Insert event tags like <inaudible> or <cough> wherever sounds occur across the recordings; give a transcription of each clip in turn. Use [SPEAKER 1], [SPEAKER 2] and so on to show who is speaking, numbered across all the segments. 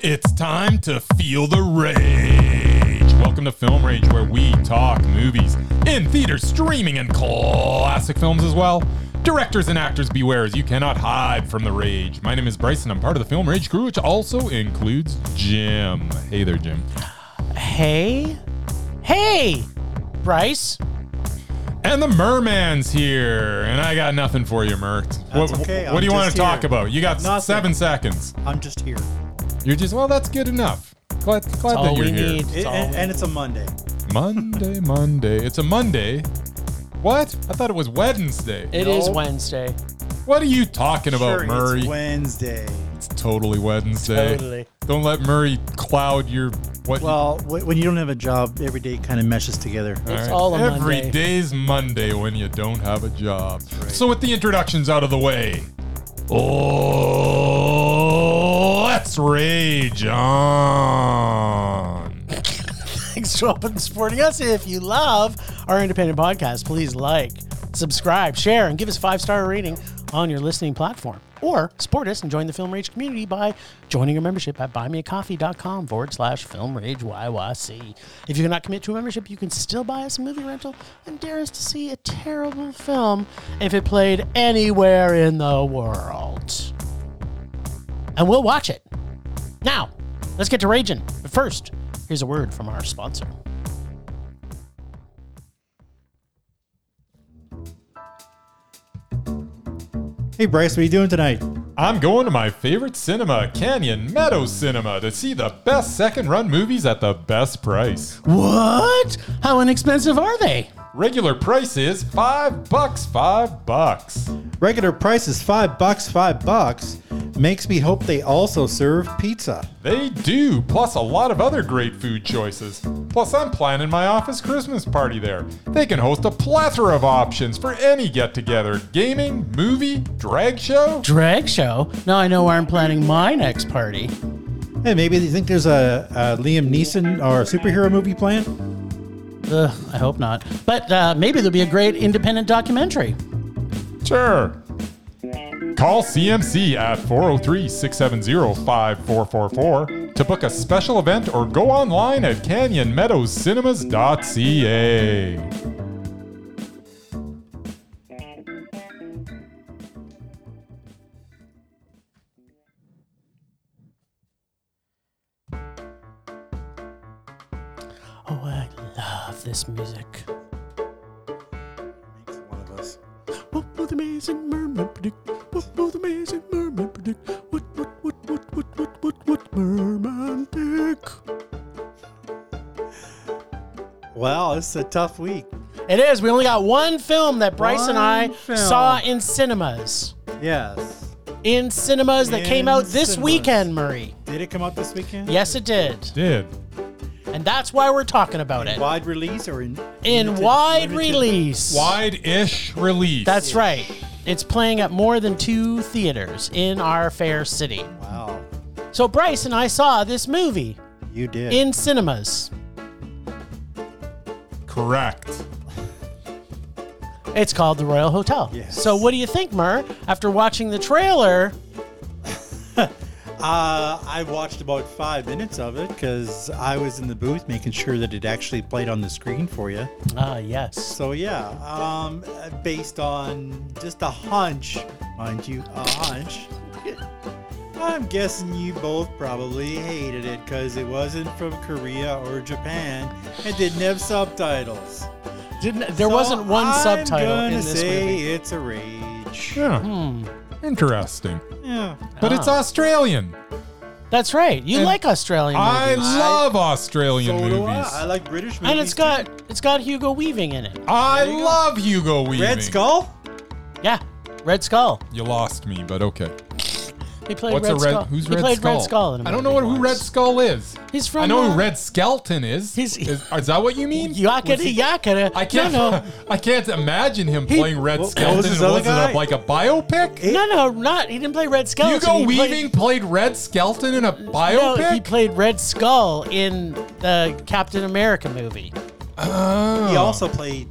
[SPEAKER 1] It's time to feel the rage. Welcome to Film Rage, where we talk movies in theater, streaming, and classic films as well. Directors and actors, beware as you cannot hide from the rage. My name is Bryson. I'm part of the Film Rage crew, which also includes Jim. Hey there, Jim.
[SPEAKER 2] Hey, hey, Bryce.
[SPEAKER 1] And the Merman's here, and I got nothing for you, Mert. what
[SPEAKER 2] okay,
[SPEAKER 1] what
[SPEAKER 2] I'm
[SPEAKER 1] do you want to
[SPEAKER 2] just
[SPEAKER 1] talk
[SPEAKER 2] here.
[SPEAKER 1] about? You got
[SPEAKER 2] Nothing.
[SPEAKER 1] seven seconds.
[SPEAKER 3] I'm just here.
[SPEAKER 1] You're just well. That's good enough. Glad, glad
[SPEAKER 2] all
[SPEAKER 1] that you're
[SPEAKER 2] we
[SPEAKER 1] here.
[SPEAKER 2] need. It's
[SPEAKER 3] It-
[SPEAKER 2] all
[SPEAKER 3] and,
[SPEAKER 2] we
[SPEAKER 3] and it's a Monday.
[SPEAKER 1] Monday, Monday. It's a Monday. What? I thought it was Wednesday.
[SPEAKER 2] It is
[SPEAKER 3] No.
[SPEAKER 2] Wednesday.
[SPEAKER 1] what are you talking about,
[SPEAKER 3] Sure,
[SPEAKER 1] Murray?
[SPEAKER 3] It's Wednesday.
[SPEAKER 1] It's totally Wednesday.
[SPEAKER 2] Totally.
[SPEAKER 1] Don't let Murray cloud your what. you-
[SPEAKER 3] Well, w- when you don't have a job, every day kind of meshes together.
[SPEAKER 1] All
[SPEAKER 2] It's all a
[SPEAKER 1] Every
[SPEAKER 2] Monday.
[SPEAKER 1] day's Monday when you don't have a job. So with the introductions out of the way, oh, let's rage on.
[SPEAKER 2] Thanks to Open Supporting Us. If you love our independent podcast, please like, subscribe, share, and give us a five star rating on your listening platform. Or support us and join the Film Rage community by joining our membership at buymeacoffee.com forward slash Film Rage YYC. If you cannot commit to a membership, you can still buy us a movie rental and dare us to see a terrible film if it played anywhere in the world. And we'll watch it. Now, let's get to raging. But first, here's a word from our sponsor.
[SPEAKER 3] Hey, Bryce, what are you doing tonight?
[SPEAKER 1] I'm going to my favorite cinema, Canyon Meadow Cinema, to see the best second run movies at the best price.
[SPEAKER 2] What? How inexpensive are they?
[SPEAKER 1] Regular price is five bucks, five bucks.
[SPEAKER 3] Regular price is five bucks, five bucks. Makes me hope they also serve pizza.
[SPEAKER 1] They do, plus a lot of other great food choices. Plus, I'm planning my office Christmas party there. They can host a plethora of options for any get together gaming, movie, drag show.
[SPEAKER 2] Drag show? Now I know where I'm planning my next party.
[SPEAKER 3] Hey, maybe you think there's a, a Liam Neeson or superhero movie planned?
[SPEAKER 2] Ugh, I hope not. But uh, maybe there'll be a great independent documentary.
[SPEAKER 1] Sure. Call CMC at 403 670 5444 to book a special event or go online at canyonmeadowscinemas.ca.
[SPEAKER 2] Oh, I love this music. What will the amazing merman predict? What will the amazing merman predict? What, what, what, what, what, what, what, what merman pick?
[SPEAKER 3] Well, it's a tough week.
[SPEAKER 2] It is. We only got one film that Bryce and I
[SPEAKER 3] One film.
[SPEAKER 2] saw in cinemas.
[SPEAKER 3] Yes.
[SPEAKER 2] In cinemas that came
[SPEAKER 3] In
[SPEAKER 2] out this
[SPEAKER 3] cinemas.
[SPEAKER 2] weekend, Murray.
[SPEAKER 3] Did it come out this weekend?
[SPEAKER 2] Yes, it did.
[SPEAKER 1] Did.
[SPEAKER 2] And that's why we're talking about it.
[SPEAKER 3] Wide release or in
[SPEAKER 2] In
[SPEAKER 3] limited-
[SPEAKER 2] wide
[SPEAKER 3] limited-
[SPEAKER 2] release.
[SPEAKER 1] Wide ish release.
[SPEAKER 2] That's right. It's playing at more than two theaters in our fair city.
[SPEAKER 3] Wow,
[SPEAKER 2] So Bryce and I saw this movie
[SPEAKER 3] you did.
[SPEAKER 2] in cinemas.
[SPEAKER 1] correct.
[SPEAKER 2] It's called The Royal Hotel.
[SPEAKER 3] Yes.
[SPEAKER 2] So what do you think, Murr? After watching the trailer,
[SPEAKER 3] Uh, I watched about five minutes of it because I was in the booth making sure that it actually played on the screen for you.
[SPEAKER 2] ah, yes.
[SPEAKER 3] So yeah, um, uh, based on just a hunch, mind you, a hunch. <laughs> I'm guessing you both probably hated it because it wasn't from Korea or Japan and didn't have subtitles.
[SPEAKER 2] Didn't there
[SPEAKER 3] So
[SPEAKER 2] wasn't one
[SPEAKER 3] I'm
[SPEAKER 2] subtitle
[SPEAKER 3] gonna
[SPEAKER 2] in this
[SPEAKER 3] say
[SPEAKER 2] movie.
[SPEAKER 3] It's a rage.
[SPEAKER 1] Yeah.
[SPEAKER 2] Hmm.
[SPEAKER 1] Interesting.
[SPEAKER 3] Yeah.
[SPEAKER 1] But it's
[SPEAKER 2] Ah.
[SPEAKER 1] Australian.
[SPEAKER 2] That's right. You
[SPEAKER 1] And
[SPEAKER 2] like Australian
[SPEAKER 1] I
[SPEAKER 2] movies.
[SPEAKER 1] love Australian
[SPEAKER 3] So do I.
[SPEAKER 1] movies.
[SPEAKER 3] I like British movies.
[SPEAKER 2] and it's got it's got Hugo Weaving in it.
[SPEAKER 1] I
[SPEAKER 3] There you go.
[SPEAKER 1] love Hugo Weaving.
[SPEAKER 3] too. Red Skull.
[SPEAKER 2] Yeah. Red Skull.
[SPEAKER 1] You lost me, but okay.
[SPEAKER 2] He played
[SPEAKER 1] What's
[SPEAKER 2] Red
[SPEAKER 1] a red?
[SPEAKER 2] Skull.
[SPEAKER 1] Who's
[SPEAKER 2] he
[SPEAKER 1] Red
[SPEAKER 2] played
[SPEAKER 1] Skull?
[SPEAKER 2] Red Skull in a
[SPEAKER 1] I don't know
[SPEAKER 2] movie
[SPEAKER 1] what, who
[SPEAKER 2] once.
[SPEAKER 1] Red Skull is.
[SPEAKER 2] He's from,
[SPEAKER 1] I know
[SPEAKER 2] uh,
[SPEAKER 1] who Red Skeleton is.
[SPEAKER 2] he's-
[SPEAKER 1] is. Is that
[SPEAKER 2] <laughs>
[SPEAKER 1] what you mean? Was
[SPEAKER 2] Yakada
[SPEAKER 1] he-
[SPEAKER 2] yakada.
[SPEAKER 1] I can't.
[SPEAKER 2] No, no,
[SPEAKER 1] <laughs> I can't imagine him
[SPEAKER 2] He-
[SPEAKER 1] playing Red
[SPEAKER 3] What- what
[SPEAKER 1] Skeleton.
[SPEAKER 3] was
[SPEAKER 1] and
[SPEAKER 3] his other
[SPEAKER 1] wasn't
[SPEAKER 3] guy?
[SPEAKER 1] a- like a biopic.
[SPEAKER 2] no, no, not. He didn't play Red Skull.
[SPEAKER 1] Hugo
[SPEAKER 2] he
[SPEAKER 1] Weaving
[SPEAKER 2] Played,
[SPEAKER 1] played Red Skeleton in a
[SPEAKER 2] no, he
[SPEAKER 1] biopic.
[SPEAKER 2] played Red Skull in the Captain America movie.
[SPEAKER 1] oh.
[SPEAKER 3] He also played.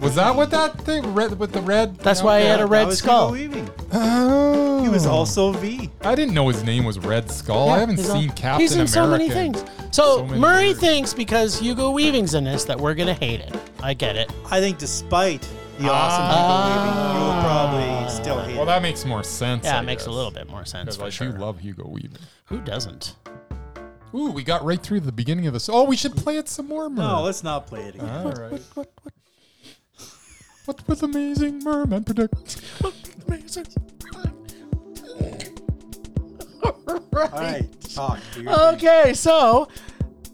[SPEAKER 1] was that what that thing red with the red?
[SPEAKER 2] That's why he had a
[SPEAKER 3] that
[SPEAKER 2] red
[SPEAKER 3] was
[SPEAKER 2] skull.
[SPEAKER 3] Hugo Weaving.
[SPEAKER 1] Oh.
[SPEAKER 3] He was also V.
[SPEAKER 1] I didn't know his name was Red Skull. Oh, I
[SPEAKER 2] Yeah,
[SPEAKER 1] haven't
[SPEAKER 2] he's
[SPEAKER 1] seen
[SPEAKER 2] all-
[SPEAKER 1] Captain
[SPEAKER 2] He's in
[SPEAKER 1] America.
[SPEAKER 2] so many things. So,
[SPEAKER 1] So many
[SPEAKER 2] Murray
[SPEAKER 1] things.
[SPEAKER 2] thinks because Hugo Weaving's in this that we're gonna hate it. I get it.
[SPEAKER 3] I think despite the awesome Hugo Weaving, you'll
[SPEAKER 2] Ah.
[SPEAKER 3] probably still hate
[SPEAKER 1] Well, that makes more sense.
[SPEAKER 2] Yeah,
[SPEAKER 1] I
[SPEAKER 2] it makes a
[SPEAKER 1] guess,
[SPEAKER 2] little bit more sense
[SPEAKER 1] 'cause
[SPEAKER 2] for
[SPEAKER 1] I
[SPEAKER 2] sure.
[SPEAKER 1] do love Hugo Weaving.
[SPEAKER 2] Who doesn't?
[SPEAKER 1] Ooh, we got right through the beginning of this. Oh, we should play it some more,
[SPEAKER 3] it.
[SPEAKER 1] Mer.
[SPEAKER 3] No, let's not play it again.
[SPEAKER 1] All right. What, what, what, what with amazing merman predict?
[SPEAKER 2] Amazing.
[SPEAKER 3] All right, talk. do your thing.
[SPEAKER 2] Okay, so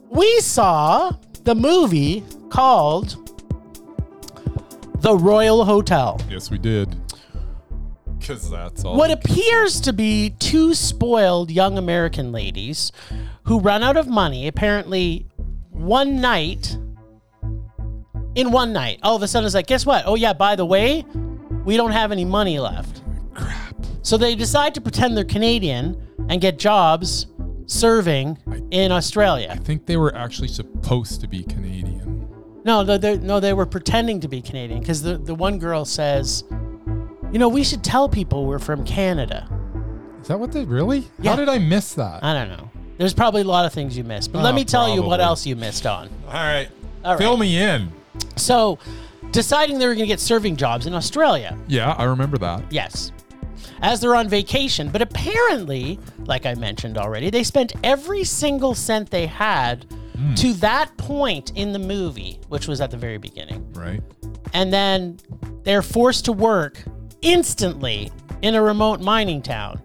[SPEAKER 2] we saw the movie called The Royal Hotel.
[SPEAKER 1] Yes, we did. Because that's all.
[SPEAKER 2] What appears to be two spoiled young American ladies who run out of money, apparently one night, in one night, all of a sudden it's like, guess what? Oh, yeah, by the way, we don't have any money left.
[SPEAKER 1] crap.
[SPEAKER 2] So they decide to pretend they're Canadian and get jobs serving in Australia.
[SPEAKER 1] I think they were actually supposed to be Canadian.
[SPEAKER 2] No, no, they no, they were pretending to be Canadian because the, the one girl says, you know, we should tell people we're from Canada.
[SPEAKER 1] Is that what they really?
[SPEAKER 2] Yeah.
[SPEAKER 1] How did I miss that?
[SPEAKER 2] I don't know. There's probably a lot of things you missed, but let
[SPEAKER 1] Oh,
[SPEAKER 2] me tell you what
[SPEAKER 1] probably.
[SPEAKER 2] else you missed on.
[SPEAKER 1] all right.
[SPEAKER 2] All right.
[SPEAKER 1] Fill me in.
[SPEAKER 2] So, deciding they were going to get serving jobs in Australia.
[SPEAKER 1] Yeah, I remember that.
[SPEAKER 2] Yes. As they're on vacation, but apparently, like I mentioned already, they spent every single cent they had
[SPEAKER 1] Hmm.
[SPEAKER 2] to that point in the movie, which was at the very beginning.
[SPEAKER 1] Right.
[SPEAKER 2] and then they're forced to work instantly in a remote mining town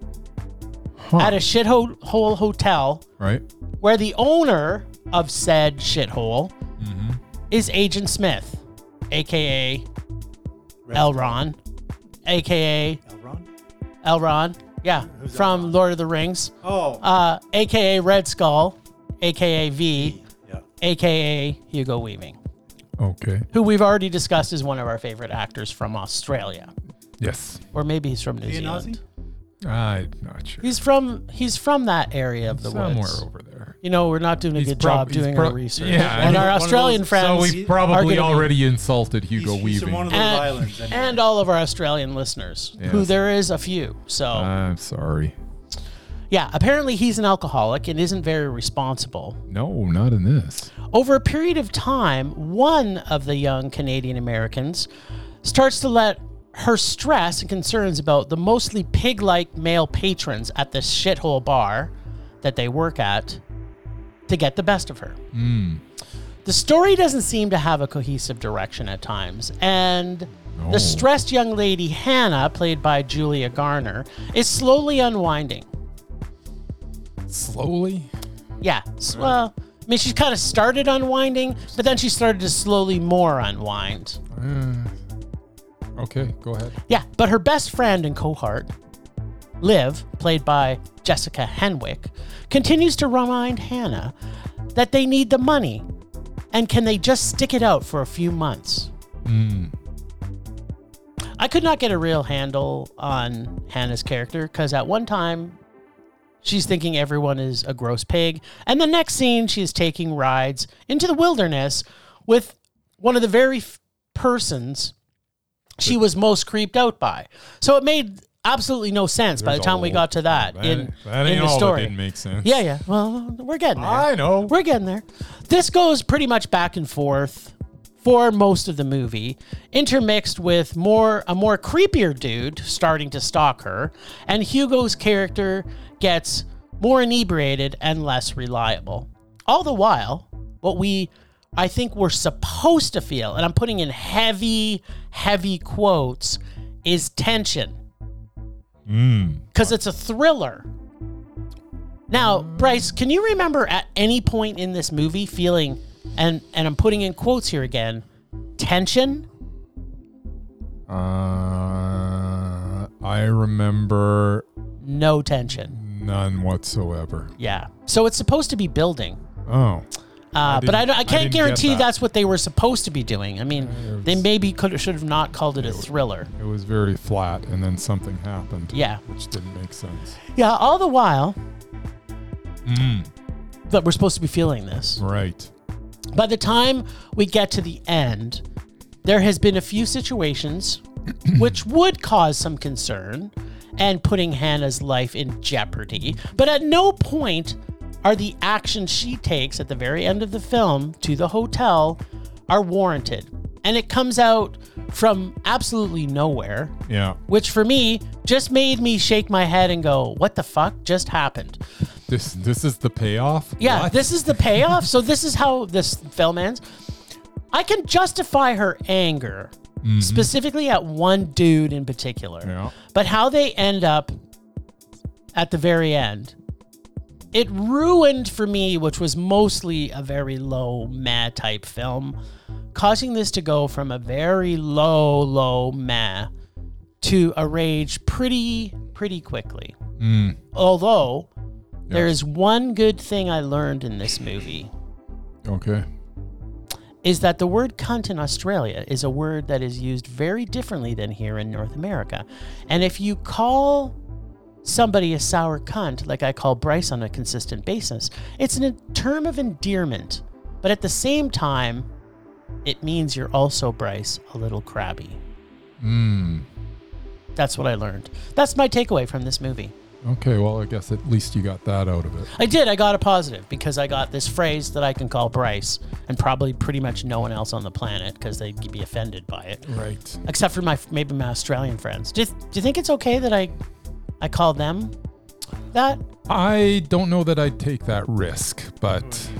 [SPEAKER 1] Huh.
[SPEAKER 2] at a shithole hole hotel
[SPEAKER 1] right.
[SPEAKER 2] where the owner of said shithole is Agent Smith, aka
[SPEAKER 3] Red
[SPEAKER 2] Elron, aka
[SPEAKER 3] Elrond?
[SPEAKER 2] Elron, yeah,
[SPEAKER 3] Who's
[SPEAKER 2] from
[SPEAKER 3] Elrond?
[SPEAKER 2] Lord of the Rings,
[SPEAKER 3] Oh,
[SPEAKER 2] uh, aka Red Skull, aka V,
[SPEAKER 3] yeah.
[SPEAKER 2] aka Hugo Weaving,
[SPEAKER 1] Okay.
[SPEAKER 2] who we've already discussed is one of our favorite actors from Australia,
[SPEAKER 1] Yes.
[SPEAKER 2] or maybe he's from New
[SPEAKER 3] Be an
[SPEAKER 2] Zealand.
[SPEAKER 3] Aussie?
[SPEAKER 1] I'm not sure.
[SPEAKER 2] He's from he's from that area of the
[SPEAKER 1] Somewhere
[SPEAKER 2] woods.
[SPEAKER 1] over there.
[SPEAKER 2] You know, we're not doing a
[SPEAKER 1] He's
[SPEAKER 2] good
[SPEAKER 1] prob-
[SPEAKER 2] job
[SPEAKER 1] he's
[SPEAKER 2] doing
[SPEAKER 1] prob-
[SPEAKER 2] our research.
[SPEAKER 1] yeah,
[SPEAKER 2] and
[SPEAKER 1] he's
[SPEAKER 2] our
[SPEAKER 3] one of
[SPEAKER 2] Australian
[SPEAKER 3] those-
[SPEAKER 1] So
[SPEAKER 2] friends
[SPEAKER 1] we've
[SPEAKER 2] are gonna
[SPEAKER 1] probably
[SPEAKER 2] be-
[SPEAKER 1] already insulted Hugo
[SPEAKER 3] He's- he's
[SPEAKER 1] Weaving.
[SPEAKER 3] from one of those
[SPEAKER 2] and,
[SPEAKER 3] islands. anyway.
[SPEAKER 2] and all of our Australian listeners, who
[SPEAKER 1] Yes.
[SPEAKER 2] there is a few. So
[SPEAKER 1] I'm sorry.
[SPEAKER 2] yeah, apparently he's an alcoholic and isn't very responsible.
[SPEAKER 1] No, not in this.
[SPEAKER 2] Over a period of time, one of the young Canadian Americans starts to let her stress and concerns about the mostly pig like male patrons at this shithole bar that they work at to get the best of her. The story doesn't seem to have a cohesive direction at times, and
[SPEAKER 1] No.
[SPEAKER 2] the stressed young lady Hannah, played by Julia Garner, is slowly unwinding.
[SPEAKER 1] Slowly.
[SPEAKER 2] Yeah. s- Well, I mean, she kind of started unwinding, but then she started to slowly more unwind.
[SPEAKER 1] Okay, go ahead.
[SPEAKER 2] Yeah. But her best friend and cohort, Liv, played by Jessica Henwick, continues to remind Hannah that they need the money and can they just stick it out for a few months.
[SPEAKER 1] Hmm.
[SPEAKER 2] I could not get a real handle on Hannah's character because at one time She's thinking everyone is a gross pig. And the next scene, she is taking rides into the wilderness with one of the very f- persons she was most creeped out by. So it made absolutely no sense by the
[SPEAKER 1] There's
[SPEAKER 2] time
[SPEAKER 1] a
[SPEAKER 2] we
[SPEAKER 1] lo-
[SPEAKER 2] got to that,
[SPEAKER 1] That,
[SPEAKER 2] in,
[SPEAKER 1] that
[SPEAKER 2] in
[SPEAKER 1] ain't
[SPEAKER 2] the
[SPEAKER 1] all
[SPEAKER 2] story.
[SPEAKER 1] that didn't make sense.
[SPEAKER 2] yeah, yeah. Well, we're getting there.
[SPEAKER 1] I know.
[SPEAKER 2] We're getting there. This goes pretty much back and forth for most of the movie, intermixed with more a more creepier dude starting to stalk her, and Hugo's character gets more inebriated and less reliable. All the while, what we I think we're supposed to feel, and I'm putting in heavy, heavy quotes, is tension
[SPEAKER 1] Mm.
[SPEAKER 2] because it's a thriller. Now, Bryce, can you remember at any point in this movie feeling, and and I'm putting in quotes here again, tension?
[SPEAKER 1] Uh, I remember
[SPEAKER 2] No tension.
[SPEAKER 1] none whatsoever.
[SPEAKER 2] Yeah. So it's supposed to be building,
[SPEAKER 1] Oh,
[SPEAKER 2] uh, but I,
[SPEAKER 1] didn't-
[SPEAKER 2] don't- I
[SPEAKER 1] I
[SPEAKER 2] can't
[SPEAKER 1] didn't get
[SPEAKER 2] guarantee
[SPEAKER 1] that.
[SPEAKER 2] that's what they were supposed to be doing. I mean, they maybe could should have not called it a thriller.
[SPEAKER 1] it was very flat, and then something happened.
[SPEAKER 2] Yeah.
[SPEAKER 1] which didn't make sense.
[SPEAKER 2] Yeah. All the while
[SPEAKER 1] Mm.
[SPEAKER 2] that we're supposed to be feeling this.
[SPEAKER 1] Right.
[SPEAKER 2] By the time we get to the end, <clears throat> there has been a few situations which would cause some concern and putting Hannah's life in jeopardy. But at no point are the actions she takes at the very end of the film to the hotel are warranted. And it comes out from absolutely nowhere
[SPEAKER 1] Yeah.
[SPEAKER 2] which for me just made me shake my head and go, "What the fuck just happened?"
[SPEAKER 1] This this is the payoff.
[SPEAKER 2] Yeah,
[SPEAKER 1] What?
[SPEAKER 2] this is the payoff. so this is how this film ends. I can justify her anger specifically at one dude in particular,
[SPEAKER 1] Yeah.
[SPEAKER 2] but how they end up at the very end. It ruined for me, which was mostly a very low meh type film, causing this to go from a very low, low meh to a rage pretty, pretty quickly. Although there is one good thing I learned in this movie
[SPEAKER 1] Okay.
[SPEAKER 2] is that the word cunt in Australia is a word that is used very differently than here in North America. And if you call somebody a sour cunt, like I call Bryce on a consistent basis, it's a term of endearment. But at the same time, it means you're also, Bryce, a little crabby.
[SPEAKER 1] Mm.
[SPEAKER 2] That's what I learned. That's my takeaway from this movie.
[SPEAKER 1] Okay. Well, I guess at least you got that out of it.
[SPEAKER 2] I did. I got a positive because I got this phrase that I can call Bryce and probably pretty much no one else on the planet because they'd be offended by it,
[SPEAKER 1] Right.
[SPEAKER 2] except for my maybe my Australian friends. Do you, do you think it's okay that I I call them that?
[SPEAKER 1] I don't know that I'd take that risk, but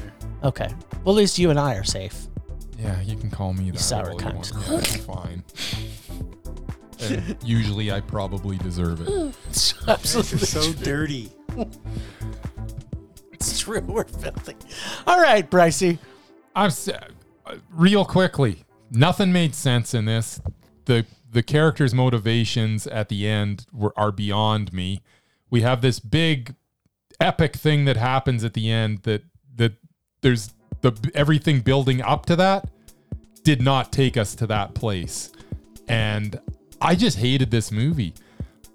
[SPEAKER 2] Okay. Well, at least you and I are safe. <laughs>
[SPEAKER 1] yeah, you can call me that.
[SPEAKER 2] sour
[SPEAKER 1] all you
[SPEAKER 2] cunt.
[SPEAKER 1] want. Yeah, it's fine.
[SPEAKER 2] <laughs>
[SPEAKER 1] And usually, I probably deserve it. <laughs>
[SPEAKER 2] Absolutely,
[SPEAKER 3] <laughs> It's so dirty.
[SPEAKER 2] it's true. We're filthy. All right, Brycey.
[SPEAKER 1] I'm s- uh, real quickly. Nothing made sense in this. the The characters' motivations at the end were are beyond me. We have this big, epic thing that happens at the end. That that there's the everything building up to that did not take us to that place, and I just hated this movie.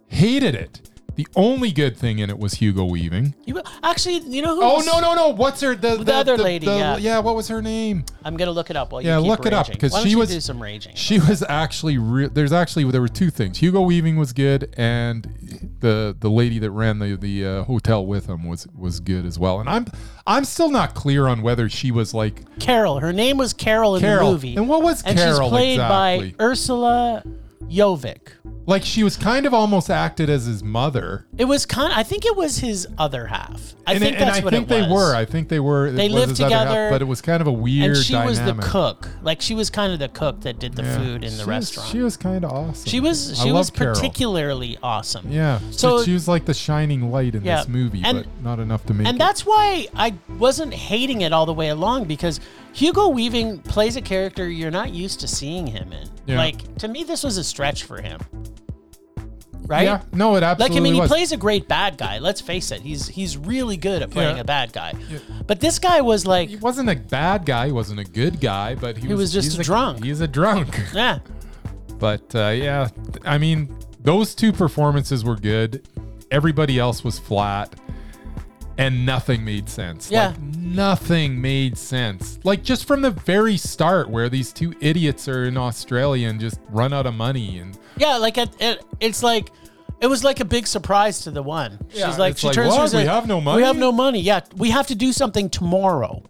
[SPEAKER 1] Hated it. The only good thing in it was Hugo Weaving.
[SPEAKER 2] You actually, you know who?
[SPEAKER 1] Oh
[SPEAKER 2] was-
[SPEAKER 1] no no no! What's her the,
[SPEAKER 2] The other lady, yeah.
[SPEAKER 1] What was her name?
[SPEAKER 2] I'm gonna look it up while you
[SPEAKER 1] Yeah,
[SPEAKER 2] keep
[SPEAKER 1] look it up,
[SPEAKER 2] raging.
[SPEAKER 1] 'cause
[SPEAKER 2] Why don't
[SPEAKER 1] she
[SPEAKER 2] you
[SPEAKER 1] was-
[SPEAKER 2] do some raging.
[SPEAKER 1] She was actually re- there's actually there were two things. Hugo Weaving was good, and the the lady that ran the the uh, hotel with him was was good as well. And I'm I'm still not clear on whether she was like
[SPEAKER 2] Carol. Her name was Carol in
[SPEAKER 1] Carol.
[SPEAKER 2] the movie.
[SPEAKER 1] And what was
[SPEAKER 2] and
[SPEAKER 1] Carol
[SPEAKER 2] she's played
[SPEAKER 1] exactly?
[SPEAKER 2] by Ursula Jovic.
[SPEAKER 1] like she was kind of almost acted as his mother.
[SPEAKER 2] It was kind. I think it was his other half. I
[SPEAKER 1] and
[SPEAKER 2] think
[SPEAKER 1] and
[SPEAKER 2] that's
[SPEAKER 1] I
[SPEAKER 2] what
[SPEAKER 1] think
[SPEAKER 2] it
[SPEAKER 1] they
[SPEAKER 2] was.
[SPEAKER 1] were. I think they were.
[SPEAKER 2] They lived together,
[SPEAKER 1] but it was kind of a weird.
[SPEAKER 2] and she was the
[SPEAKER 1] dynamic.
[SPEAKER 2] cook. Like she was kind of the cook that did the
[SPEAKER 1] Yeah.
[SPEAKER 2] food in
[SPEAKER 1] She
[SPEAKER 2] the
[SPEAKER 1] was-
[SPEAKER 2] restaurant.
[SPEAKER 1] She was kind of awesome.
[SPEAKER 2] she was
[SPEAKER 1] I
[SPEAKER 2] she was
[SPEAKER 1] love Carol.
[SPEAKER 2] particularly awesome.
[SPEAKER 1] Yeah.
[SPEAKER 2] So-
[SPEAKER 1] So she was like the shining light in
[SPEAKER 2] Yeah.
[SPEAKER 1] this movie,
[SPEAKER 2] And-
[SPEAKER 1] but not enough to make
[SPEAKER 2] And
[SPEAKER 1] it.
[SPEAKER 2] that's why I wasn't hating it all the way along because Hugo Weaving plays a character you're not used to seeing him in.
[SPEAKER 1] Yeah.
[SPEAKER 2] Like to me, this was a stretch for him. Right?
[SPEAKER 1] Yeah. No, it absolutely
[SPEAKER 2] Like I mean, he
[SPEAKER 1] was.
[SPEAKER 2] plays a great bad guy. Let's face it, he's he's really good at playing
[SPEAKER 1] Yeah.
[SPEAKER 2] a bad guy. But this guy was like,
[SPEAKER 1] he wasn't a bad guy. He wasn't a good guy, but he,
[SPEAKER 2] was just
[SPEAKER 1] he's
[SPEAKER 2] a drunk.
[SPEAKER 1] He's a drunk. <laughs>
[SPEAKER 2] yeah,
[SPEAKER 1] But uh, yeah, th- I mean, those two performances were good. Everybody else was flat, and nothing made sense.
[SPEAKER 2] Yeah.
[SPEAKER 1] Like, nothing made sense. Like just from the very start, where these two idiots are in Australia and just run out of money, and
[SPEAKER 2] yeah. Like it, it, it's like it was like a big surprise to the one.
[SPEAKER 1] Yeah,
[SPEAKER 2] She's like,
[SPEAKER 1] it's
[SPEAKER 2] she
[SPEAKER 1] like,
[SPEAKER 2] turns to her
[SPEAKER 1] what?
[SPEAKER 2] and says,
[SPEAKER 1] We have no money?
[SPEAKER 2] We have no money. Yeah, we have to do something tomorrow.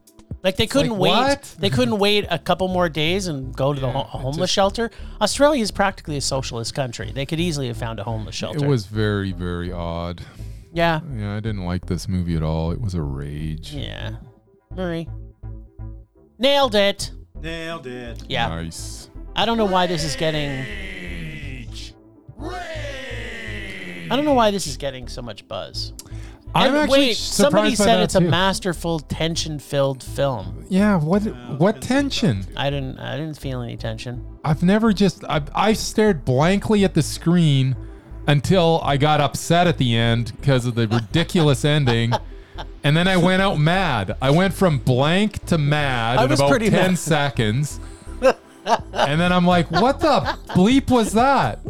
[SPEAKER 2] Like they couldn't
[SPEAKER 1] like,
[SPEAKER 2] wait.
[SPEAKER 1] what?
[SPEAKER 2] They couldn't wait a couple more days and go to the ho-
[SPEAKER 1] Yeah, it
[SPEAKER 2] homeless
[SPEAKER 1] just-
[SPEAKER 2] shelter. Australia is practically a socialist country. They could easily have found a homeless shelter.
[SPEAKER 1] it was very, very odd.
[SPEAKER 2] yeah,
[SPEAKER 1] Yeah, I didn't like this movie at all. It was a rage.
[SPEAKER 2] yeah. Murray nailed it.
[SPEAKER 3] Nailed it.
[SPEAKER 2] Yeah.
[SPEAKER 1] Nice.
[SPEAKER 2] I don't know why this is getting. I don't know why this is getting so much buzz.
[SPEAKER 1] I'm
[SPEAKER 2] And
[SPEAKER 1] actually
[SPEAKER 2] wait,
[SPEAKER 1] surprised
[SPEAKER 2] somebody
[SPEAKER 1] by
[SPEAKER 2] said
[SPEAKER 1] that
[SPEAKER 2] it's a
[SPEAKER 1] too.
[SPEAKER 2] masterful, tension-filled film.
[SPEAKER 1] Yeah, what what tension?
[SPEAKER 2] I didn't, I didn't feel any tension.
[SPEAKER 1] I've never just I I stared blankly at the screen until I got upset at the end because of the
[SPEAKER 2] <laughs>
[SPEAKER 1] ridiculous ending. And then I went out mad. I went from blank to mad
[SPEAKER 2] I
[SPEAKER 1] in
[SPEAKER 2] was
[SPEAKER 1] about 10
[SPEAKER 2] pretty mad.
[SPEAKER 1] seconds.
[SPEAKER 2] <laughs>
[SPEAKER 1] and then I'm like, what the bleep was that?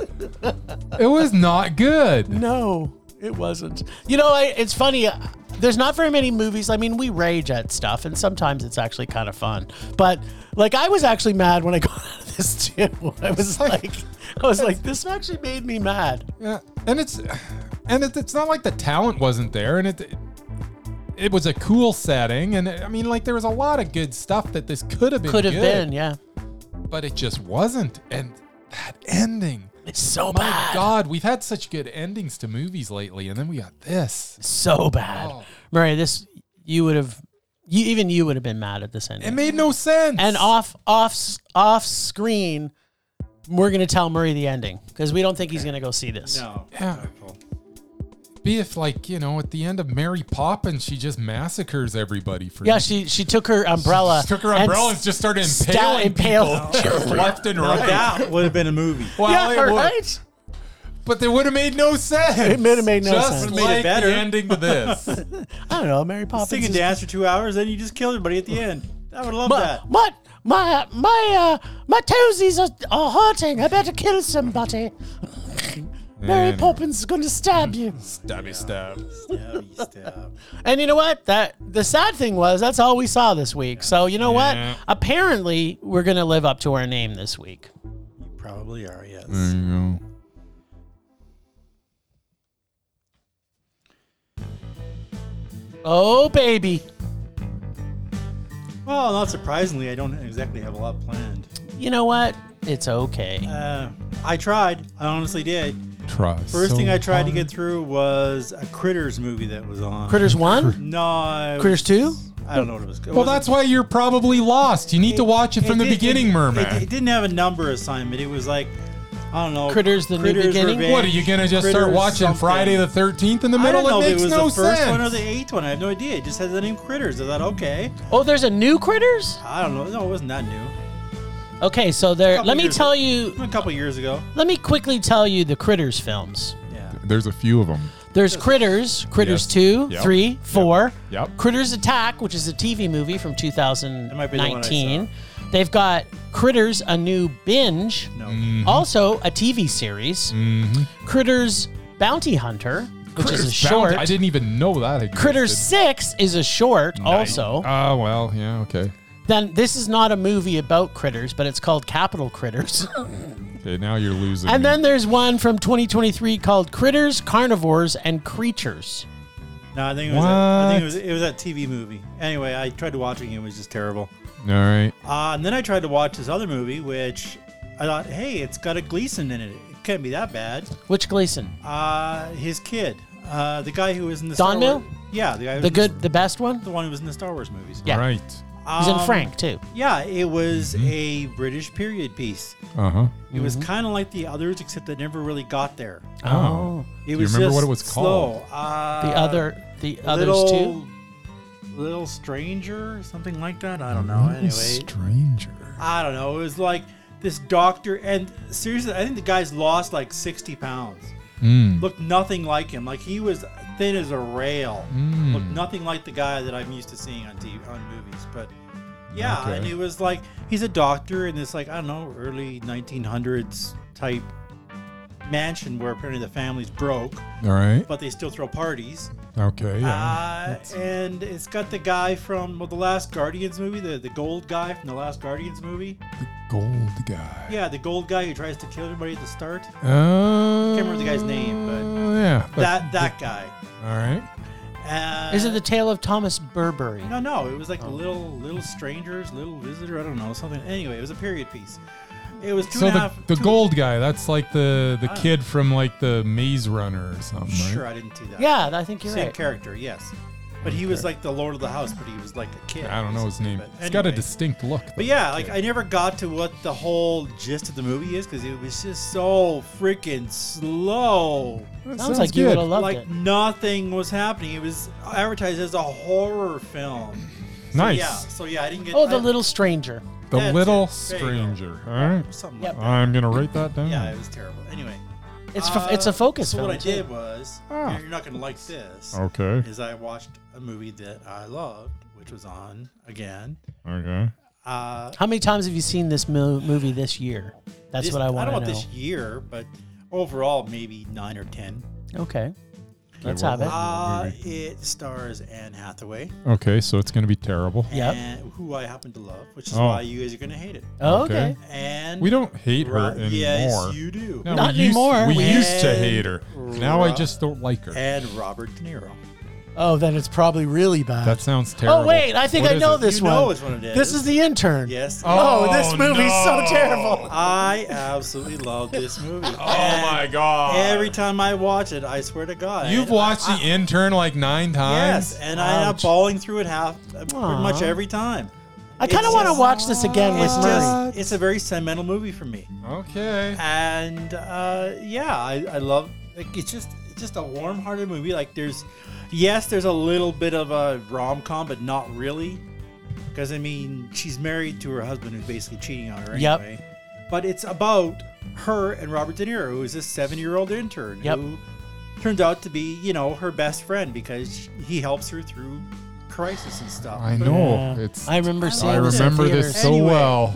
[SPEAKER 1] It was not good.
[SPEAKER 2] No, it wasn't. You know, I, it's funny. uh, There's not very many movies. I mean, we rage at stuff, and sometimes it's actually kind of fun. But like, I <laughs> was actually mad when I got out of this too.
[SPEAKER 1] <laughs>
[SPEAKER 2] I was like, I was like, this actually made me mad.
[SPEAKER 1] Yeah, and it's and it, it's not like the talent wasn't there, and it it was a cool setting, and I mean, like there was a lot of good stuff that this could have been,
[SPEAKER 2] Could have
[SPEAKER 1] good,
[SPEAKER 2] been, yeah.
[SPEAKER 1] but it just wasn't. And that ending,
[SPEAKER 2] It's so
[SPEAKER 1] my
[SPEAKER 2] bad,
[SPEAKER 1] God, we've had such good endings to movies lately, and then we got this.
[SPEAKER 2] so bad.
[SPEAKER 1] Oh.
[SPEAKER 2] Maria, this you would have, you even you would have been mad at this ending.
[SPEAKER 1] It made no sense.
[SPEAKER 2] and off off off screen, we're gonna tell Murray the ending because we don't think he's gonna go see this.
[SPEAKER 3] No.
[SPEAKER 1] Yeah.
[SPEAKER 3] Cool.
[SPEAKER 1] be if like you know at the end of Mary Poppins, she just massacres everybody for
[SPEAKER 2] Yeah, she she took her umbrella.
[SPEAKER 1] She took her
[SPEAKER 2] and
[SPEAKER 1] umbrella and,
[SPEAKER 2] s-
[SPEAKER 1] just started
[SPEAKER 2] sta-
[SPEAKER 1] impaling
[SPEAKER 2] impaled.
[SPEAKER 1] people left and
[SPEAKER 3] Now
[SPEAKER 1] right.
[SPEAKER 3] that would have been a movie.
[SPEAKER 1] Well,
[SPEAKER 2] <laughs> yeah,
[SPEAKER 1] it would-
[SPEAKER 2] right.
[SPEAKER 1] But they would have made no sense. It
[SPEAKER 2] would have made no
[SPEAKER 1] just
[SPEAKER 2] sense.
[SPEAKER 1] Just
[SPEAKER 2] Would've
[SPEAKER 3] made it
[SPEAKER 1] like
[SPEAKER 3] better.
[SPEAKER 1] the ending to
[SPEAKER 3] <laughs>
[SPEAKER 1] this.
[SPEAKER 2] I don't know. Mary Poppins.
[SPEAKER 3] Sing and
[SPEAKER 2] is-
[SPEAKER 3] dance for two hours, then you just kill everybody at the end. I would love
[SPEAKER 2] My,
[SPEAKER 3] that.
[SPEAKER 2] my my uh, my uh, my toesies are, are hurting. I better
[SPEAKER 1] <laughs>
[SPEAKER 2] kill somebody. Mary
[SPEAKER 1] And
[SPEAKER 2] Poppins is going to stab you.
[SPEAKER 1] Stabby stab.
[SPEAKER 3] Stabby stab.
[SPEAKER 2] And you know what? That the sad thing was that's all we saw this week. So you know
[SPEAKER 1] Yeah.
[SPEAKER 2] what? Apparently we're going to live up to our name this week.
[SPEAKER 3] You probably are, yes.
[SPEAKER 2] Mm.
[SPEAKER 1] There you go.
[SPEAKER 2] Oh baby.
[SPEAKER 3] Well, not surprisingly, I don't exactly have a lot planned.
[SPEAKER 2] You know what? It's okay.
[SPEAKER 3] Uh, I tried. I honestly did.
[SPEAKER 1] Try.
[SPEAKER 3] First
[SPEAKER 1] so
[SPEAKER 3] thing I tried to
[SPEAKER 1] hard.
[SPEAKER 3] get through was a Critters movie that was on.
[SPEAKER 2] Critters 1?
[SPEAKER 3] No. I-
[SPEAKER 2] Critters 2?
[SPEAKER 3] I don't know what it was called.
[SPEAKER 1] Well, that's why you're probably lost. You need to watch it from the beginning,
[SPEAKER 3] It,
[SPEAKER 1] Merman.
[SPEAKER 3] didn't have a number assignment. It was like, I don't know.
[SPEAKER 2] Critters, The New Beginning?
[SPEAKER 3] Revenge,
[SPEAKER 1] What are you gonna just start
[SPEAKER 3] Critters
[SPEAKER 1] watching
[SPEAKER 3] something.
[SPEAKER 1] Friday the Thirteenth in the
[SPEAKER 3] I
[SPEAKER 1] middle?
[SPEAKER 3] don't know
[SPEAKER 1] it
[SPEAKER 3] if
[SPEAKER 1] makes
[SPEAKER 3] it was
[SPEAKER 1] no
[SPEAKER 3] the first
[SPEAKER 1] sense.
[SPEAKER 3] one or the eighth one. I have no idea. It just had the name Critters. I thought, okay.
[SPEAKER 2] Oh, there's a new Critters?
[SPEAKER 3] I don't know. No, it wasn't that new.
[SPEAKER 2] Okay, so there
[SPEAKER 3] Couple
[SPEAKER 2] let me
[SPEAKER 3] years
[SPEAKER 2] tell
[SPEAKER 3] ago.
[SPEAKER 2] you
[SPEAKER 3] A couple years ago.
[SPEAKER 2] let me quickly tell you the Critters films.
[SPEAKER 3] Yeah.
[SPEAKER 1] There's a few of them.
[SPEAKER 2] There's Critters, Critters
[SPEAKER 1] Yes.
[SPEAKER 2] 2,
[SPEAKER 1] Yep.
[SPEAKER 2] 3, 4.
[SPEAKER 1] Yep.
[SPEAKER 2] Critters Attack, which is a TV movie from
[SPEAKER 3] might be the one I
[SPEAKER 2] 2019. They've got Critters A New Binge,
[SPEAKER 3] No.
[SPEAKER 1] Mm. Mm-hmm.
[SPEAKER 2] also a TV series. Critters Bounty Hunter, which is a short.
[SPEAKER 1] I didn't even know that. Existed.
[SPEAKER 2] Critters 6 is a short also.
[SPEAKER 1] Oh well, yeah, okay.
[SPEAKER 2] then this is not a movie about critters, but it's called Capital
[SPEAKER 3] <laughs>
[SPEAKER 2] Critters.
[SPEAKER 3] Oh.
[SPEAKER 1] Okay, now you're losing.
[SPEAKER 2] and
[SPEAKER 1] me.
[SPEAKER 2] then there's one from 2023 called Critters, Carnivores and Creatures.
[SPEAKER 3] No, I think it was. That, I think
[SPEAKER 1] What?
[SPEAKER 3] it was. It was that TV movie. Anyway, I tried watching it. It was just terrible.
[SPEAKER 1] all right.
[SPEAKER 3] Uh, and then I tried to watch this other movie, which I thought, hey, it's got a Gleason in it. It can't be that bad.
[SPEAKER 2] Which Gleason?
[SPEAKER 3] Uh, his kid, uh, the guy who was in the
[SPEAKER 2] Don
[SPEAKER 3] Star
[SPEAKER 2] Mill?
[SPEAKER 3] Wars- yeah, the guy. Who
[SPEAKER 2] The
[SPEAKER 3] was
[SPEAKER 2] good the best one?
[SPEAKER 3] the one who was in the Star Wars movies.
[SPEAKER 2] Yeah.
[SPEAKER 1] All right.
[SPEAKER 2] He's in
[SPEAKER 3] Um,
[SPEAKER 2] Frank Mm-hmm. too.
[SPEAKER 3] Yeah, it was a British period piece.
[SPEAKER 1] Uh huh.
[SPEAKER 3] It was
[SPEAKER 2] Mm-hmm.
[SPEAKER 3] kind of like the others, except it never really got there.
[SPEAKER 1] Oh.
[SPEAKER 3] It
[SPEAKER 1] you
[SPEAKER 3] was
[SPEAKER 1] remember
[SPEAKER 3] just
[SPEAKER 1] what it was
[SPEAKER 3] slow. Uh,
[SPEAKER 2] The other the
[SPEAKER 3] little,
[SPEAKER 2] others too.
[SPEAKER 3] Little stranger, something like that. I don't
[SPEAKER 2] Mm-hmm.
[SPEAKER 3] know. Anyway,
[SPEAKER 1] stranger.
[SPEAKER 3] I don't know. It was like this doctor, and seriously, I think the guy's lost like 60 pounds.
[SPEAKER 1] Hmm.
[SPEAKER 3] Looked nothing like him. Like he was thin as a rail.
[SPEAKER 1] Hmm.
[SPEAKER 3] Looked nothing like the guy that I'm used to seeing on TV, on movies. But yeah,
[SPEAKER 1] Okay.
[SPEAKER 3] and it was like he's a doctor in this like I don't know early 1900s type mansion where apparently the family's broke,
[SPEAKER 1] All right.
[SPEAKER 3] but they still throw parties.
[SPEAKER 1] Okay. Yeah.
[SPEAKER 3] Uh, and it's got the guy from well, the last Guardians movie, the, the gold guy from the last Guardians movie.
[SPEAKER 1] Gold guy.
[SPEAKER 3] Yeah, the gold guy who tries to kill everybody at the start.
[SPEAKER 1] Uh,
[SPEAKER 3] Can't remember the guy's name, but
[SPEAKER 1] yeah. but-
[SPEAKER 3] that that guy.
[SPEAKER 1] all right.
[SPEAKER 3] Uh,
[SPEAKER 2] Is it the Oh. tale of Thomas Burberry?
[SPEAKER 3] No, no. It was like little little strangers, little visitor. I don't know something. Anyway, it was a period piece. It was two
[SPEAKER 1] So
[SPEAKER 3] and a
[SPEAKER 1] the,
[SPEAKER 3] half.
[SPEAKER 1] the
[SPEAKER 3] two-
[SPEAKER 1] gold guy, that's like the the
[SPEAKER 3] Ah.
[SPEAKER 1] kid from like the Maze Runner or something, right?
[SPEAKER 3] Sure, I didn't see that.
[SPEAKER 2] Yeah, I think you're
[SPEAKER 3] same
[SPEAKER 2] right.
[SPEAKER 3] character. Yes, but he was like the lord of the house, but he was like a kid.
[SPEAKER 1] I don't know his
[SPEAKER 3] basically,
[SPEAKER 1] name.
[SPEAKER 3] But
[SPEAKER 1] It's got a
[SPEAKER 3] anyway.
[SPEAKER 1] distinct look.
[SPEAKER 3] But yeah, like I never got to what the whole gist of the movie is because it was just so freaking slow.
[SPEAKER 1] That
[SPEAKER 2] Sounds, like you would have loved
[SPEAKER 3] like
[SPEAKER 2] it.
[SPEAKER 3] nothing was happening. It was advertised as a horror film. So,
[SPEAKER 1] Nice.
[SPEAKER 3] Yeah. So yeah, I didn't get.
[SPEAKER 2] Oh, the
[SPEAKER 3] I-
[SPEAKER 2] little stranger.
[SPEAKER 1] The
[SPEAKER 3] That's
[SPEAKER 1] little
[SPEAKER 3] it. There you go.
[SPEAKER 1] stranger. All right.
[SPEAKER 3] Something
[SPEAKER 2] Yep.
[SPEAKER 3] like
[SPEAKER 1] I'm gonna write that down.
[SPEAKER 3] that. Yeah, it was terrible. Anyway.
[SPEAKER 2] It's fo-
[SPEAKER 3] uh,
[SPEAKER 2] it's a focus
[SPEAKER 3] So
[SPEAKER 2] film.
[SPEAKER 3] what I
[SPEAKER 2] too. Oh.
[SPEAKER 3] did was,
[SPEAKER 1] Ah.
[SPEAKER 3] you're not gonna like this.
[SPEAKER 1] Okay.
[SPEAKER 3] Is I watched a movie that I loved, which was on again.
[SPEAKER 1] Okay.
[SPEAKER 3] Uh,
[SPEAKER 2] How many times have you seen this mo- movie this year? That's
[SPEAKER 3] this-
[SPEAKER 2] what I
[SPEAKER 3] I
[SPEAKER 2] want
[SPEAKER 3] don't
[SPEAKER 2] to
[SPEAKER 3] want
[SPEAKER 2] know.
[SPEAKER 3] this year, but overall maybe nine or ten.
[SPEAKER 2] Okay. Let's have it.
[SPEAKER 3] Uh, it stars Anne Hathaway,
[SPEAKER 1] Okay, so it's going to be terrible.
[SPEAKER 2] Yep.
[SPEAKER 3] and who I happen to love, which is
[SPEAKER 1] Oh.
[SPEAKER 3] why you guys are gonna hate it.
[SPEAKER 2] Oh,
[SPEAKER 1] okay.
[SPEAKER 2] okay.
[SPEAKER 3] And
[SPEAKER 1] We don't hate her
[SPEAKER 3] Ro-
[SPEAKER 1] anymore.
[SPEAKER 3] Yes, you do.
[SPEAKER 1] No,
[SPEAKER 2] Not
[SPEAKER 1] we used-
[SPEAKER 2] anymore.
[SPEAKER 1] we
[SPEAKER 2] Yeah.
[SPEAKER 1] used to hate her. Now I
[SPEAKER 3] Ro-
[SPEAKER 1] just don't like her.
[SPEAKER 3] And Robert De Niro.
[SPEAKER 2] Oh, then it's probably really bad.
[SPEAKER 1] That sounds terrible.
[SPEAKER 2] Oh wait, I think
[SPEAKER 1] What
[SPEAKER 2] I
[SPEAKER 1] is
[SPEAKER 2] know
[SPEAKER 1] it?
[SPEAKER 2] this
[SPEAKER 3] You
[SPEAKER 2] one.
[SPEAKER 3] know it's what it is.
[SPEAKER 2] This is the intern.
[SPEAKER 3] Yes.
[SPEAKER 2] Oh, this movie's so
[SPEAKER 1] no.
[SPEAKER 2] terrible.
[SPEAKER 3] I absolutely love this movie.
[SPEAKER 1] <laughs> Oh my god.
[SPEAKER 3] Every time I watch it, I swear to God.
[SPEAKER 1] You've
[SPEAKER 3] I-
[SPEAKER 1] watched
[SPEAKER 3] I-
[SPEAKER 1] The Intern like nine times.
[SPEAKER 3] Yes, and I end up
[SPEAKER 2] Ouch.
[SPEAKER 3] bawling through it half, pretty
[SPEAKER 2] Aw.
[SPEAKER 3] much every time.
[SPEAKER 2] I kind of
[SPEAKER 3] It's
[SPEAKER 2] want to
[SPEAKER 3] just-
[SPEAKER 2] watch this again with
[SPEAKER 3] It's
[SPEAKER 1] What?
[SPEAKER 2] Murray.
[SPEAKER 3] just, it's a very sentimental movie for me.
[SPEAKER 1] Okay.
[SPEAKER 3] and uh, yeah, I, I love. Like, it's just it's just a warm-hearted movie. Like there's, yes, there's a little bit of a rom-com, but not really, because I mean she's married to her husband who's basically cheating on her
[SPEAKER 2] Yep.
[SPEAKER 3] anyway. But it's about her and Robert De Niro, who is a seven-year-old intern
[SPEAKER 2] Yep.
[SPEAKER 3] who turns out to be you know her best friend because he helps her through crisis and stuff.
[SPEAKER 1] I
[SPEAKER 3] But
[SPEAKER 1] know.
[SPEAKER 2] Yeah.
[SPEAKER 1] Oh, It's
[SPEAKER 2] I remember seeing
[SPEAKER 1] I
[SPEAKER 2] this in
[SPEAKER 1] remember this
[SPEAKER 2] theaters.
[SPEAKER 1] so
[SPEAKER 3] Anyway.
[SPEAKER 1] well.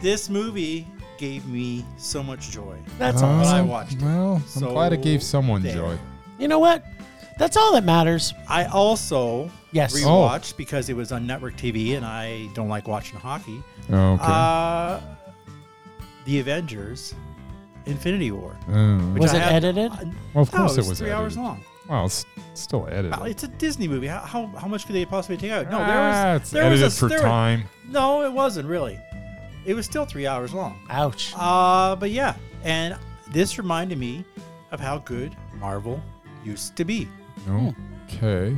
[SPEAKER 3] This movie gave me so much joy.
[SPEAKER 2] That's
[SPEAKER 1] Um,
[SPEAKER 2] all.
[SPEAKER 3] I watched.
[SPEAKER 1] Well, I'm
[SPEAKER 3] So
[SPEAKER 1] glad it gave someone
[SPEAKER 3] there.
[SPEAKER 1] joy.
[SPEAKER 2] You know what? That's all that matters.
[SPEAKER 3] I also
[SPEAKER 2] Yes. Oh.
[SPEAKER 3] rewatched because it was on network TV, and I don't like watching hockey.
[SPEAKER 1] Oh, okay.
[SPEAKER 3] Uh, the Avengers, Infinity War.
[SPEAKER 1] Oh.
[SPEAKER 3] which
[SPEAKER 2] Was
[SPEAKER 3] I
[SPEAKER 2] it
[SPEAKER 3] have-
[SPEAKER 2] edited?
[SPEAKER 3] Uh,
[SPEAKER 1] Well, of
[SPEAKER 3] no,
[SPEAKER 1] course
[SPEAKER 3] it was,
[SPEAKER 1] it was
[SPEAKER 3] three hours
[SPEAKER 1] edited.
[SPEAKER 3] long.
[SPEAKER 1] Well, it's still edited.
[SPEAKER 3] Well, It's a Disney movie. How, how, how much could they possibly take out? No,
[SPEAKER 1] Ah,
[SPEAKER 3] there was
[SPEAKER 1] it's
[SPEAKER 3] there
[SPEAKER 1] edited
[SPEAKER 3] was a,
[SPEAKER 1] for
[SPEAKER 3] there was-
[SPEAKER 1] time.
[SPEAKER 3] no, it wasn't really. It was still three hours long.
[SPEAKER 2] Ouch.
[SPEAKER 3] Uh, but yeah, and this reminded me of how good Marvel used to be. Hmm.
[SPEAKER 1] Okay.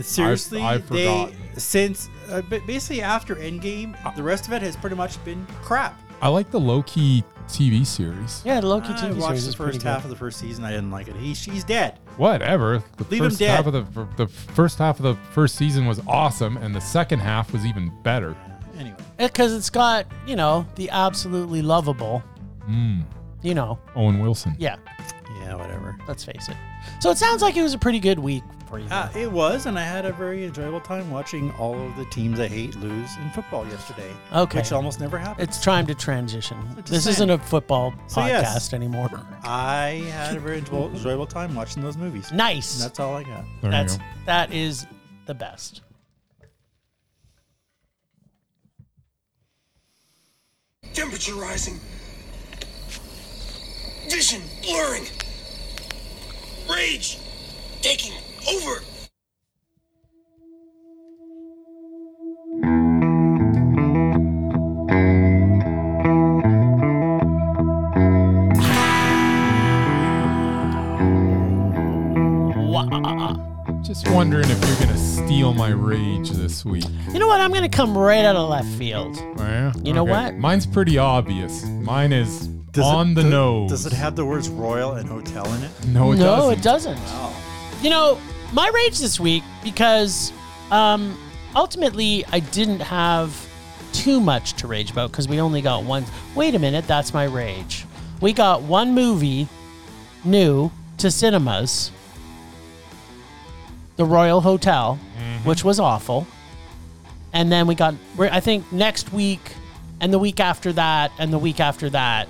[SPEAKER 3] Seriously,
[SPEAKER 1] I've
[SPEAKER 3] they
[SPEAKER 1] forgotten.
[SPEAKER 3] since uh, ba- basically after Endgame, uh, the rest of it has pretty much been crap.
[SPEAKER 1] I like the low key TV series.
[SPEAKER 2] Yeah, the Loki
[SPEAKER 3] I
[SPEAKER 2] TV
[SPEAKER 3] watched
[SPEAKER 2] series
[SPEAKER 3] the
[SPEAKER 2] is pretty
[SPEAKER 3] first
[SPEAKER 2] good.
[SPEAKER 3] half of the first season. I didn't like it. He, she's dead.
[SPEAKER 1] Whatever. The
[SPEAKER 3] Leave 'em
[SPEAKER 1] first
[SPEAKER 3] dead.
[SPEAKER 1] half of the the first half of the first season was awesome, and the second half was even better.
[SPEAKER 3] Anyway,
[SPEAKER 2] because Eh, it's got you know the absolutely lovable.
[SPEAKER 1] Mm.
[SPEAKER 2] You know,
[SPEAKER 1] Owen Wilson.
[SPEAKER 2] yeah.
[SPEAKER 3] yeah, whatever.
[SPEAKER 2] Let's face it. So it sounds like it was a pretty good week for you.
[SPEAKER 3] Uh, it was, and I had a very enjoyable time watching all of the teams I hate lose in football yesterday.
[SPEAKER 2] Okay.
[SPEAKER 3] which almost never happens.
[SPEAKER 2] it's time to transition.
[SPEAKER 3] just
[SPEAKER 2] This
[SPEAKER 3] saying.
[SPEAKER 2] isn't a football
[SPEAKER 3] So,
[SPEAKER 2] podcast
[SPEAKER 3] yes.
[SPEAKER 2] anymore.
[SPEAKER 3] I had a very enjoy- enjoyable time watching those movies. And
[SPEAKER 2] Nice.
[SPEAKER 3] that's all I got.
[SPEAKER 1] There
[SPEAKER 2] That's
[SPEAKER 1] you go.
[SPEAKER 2] that is the best.
[SPEAKER 4] Temperature rising. Vision blurring. Rage taking over.
[SPEAKER 2] Wah.
[SPEAKER 1] Just wondering if you're gonna steal my rage this week.
[SPEAKER 2] You know what? I'm gonna come right out of left field.
[SPEAKER 1] Yeah.
[SPEAKER 2] You know what?
[SPEAKER 1] Mine's pretty obvious. Mine is on the nose.
[SPEAKER 3] Does it have the words royal and hotel in it?
[SPEAKER 1] No, it
[SPEAKER 2] no,
[SPEAKER 1] doesn't.
[SPEAKER 2] it doesn't. You know, my rage this week because um, ultimately I didn't have too much to rage about because we only got one. Wait a minute, that's my rage. We got one movie new to cinemas The Royal Hotel,
[SPEAKER 1] Mm-hmm.
[SPEAKER 2] which was awful. And then we got, we're- I think next week and the week after that and the week after that,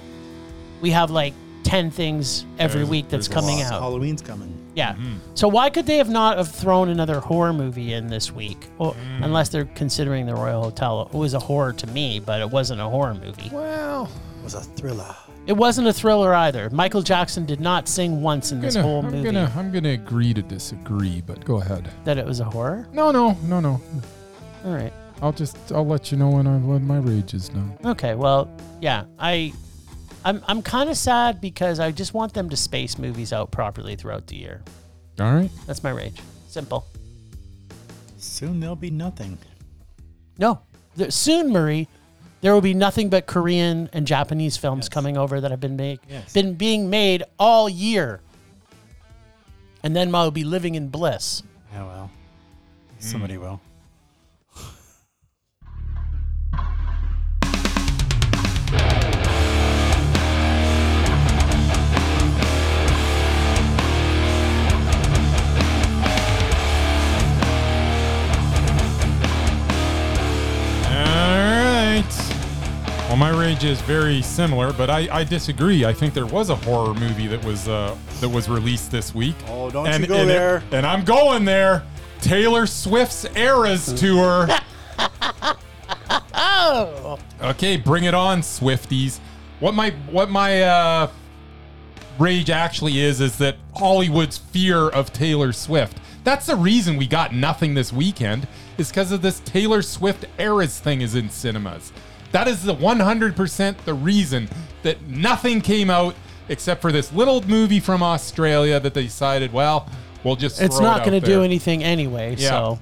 [SPEAKER 2] we have like 10 things every
[SPEAKER 1] There's-
[SPEAKER 2] week that's
[SPEAKER 1] there's a
[SPEAKER 2] coming
[SPEAKER 1] lot.
[SPEAKER 2] out.
[SPEAKER 3] Halloween's coming.
[SPEAKER 2] Yeah.
[SPEAKER 1] Mm-hmm.
[SPEAKER 2] So why could they have not have thrown another horror movie in this week? Well,
[SPEAKER 1] Mm.
[SPEAKER 2] unless they're considering the Royal Hotel. It was a horror to me, but it wasn't a horror movie.
[SPEAKER 1] Well,
[SPEAKER 3] It was a thriller.
[SPEAKER 2] It wasn't a thriller either. Michael Jackson did not sing once in
[SPEAKER 1] I'm
[SPEAKER 2] this
[SPEAKER 1] gonna,
[SPEAKER 2] whole
[SPEAKER 1] I'm
[SPEAKER 2] movie
[SPEAKER 1] gonna, I'm gonna agree to disagree, but go ahead.
[SPEAKER 2] that it was a horror.
[SPEAKER 1] No, no, no, no.
[SPEAKER 2] All right.
[SPEAKER 1] I'll just, I'll let you know when I when my rage is done.
[SPEAKER 2] Okay. Well, yeah. I I'm I'm kind of sad because I just want them to space movies out properly throughout the year.
[SPEAKER 1] All right.
[SPEAKER 2] That's my rage. Simple.
[SPEAKER 3] Soon there'll be nothing.
[SPEAKER 2] No. There, soon, Murray, there will be nothing but Korean and Japanese films coming over that have been made,
[SPEAKER 3] Yes.
[SPEAKER 2] been being made all year. And then I'll be living in bliss.
[SPEAKER 3] Oh well. Somebody will.
[SPEAKER 1] All right. Well, my rage message is very similar, but I, I disagree. I think there was a horror movie that was uh, that was released this week.
[SPEAKER 3] Oh, don't you go there.
[SPEAKER 1] and I'm going there. Taylor Swift's Eras tour.
[SPEAKER 2] Oh,
[SPEAKER 1] Okay, bring it on, Swifties. What my what my uh, rage actually is is that Hollywood's fear of Taylor Swift. That's the reason we got nothing this weekend is because of this Taylor Swift Eras thing is in cinemas. That is the 100% the reason that nothing came out except for this little movie from Australia that they decided, well, we'll just
[SPEAKER 2] it's
[SPEAKER 1] throw it
[SPEAKER 2] not
[SPEAKER 1] out
[SPEAKER 2] going to do
[SPEAKER 1] there.
[SPEAKER 2] anything anyway.
[SPEAKER 1] Yeah.
[SPEAKER 2] So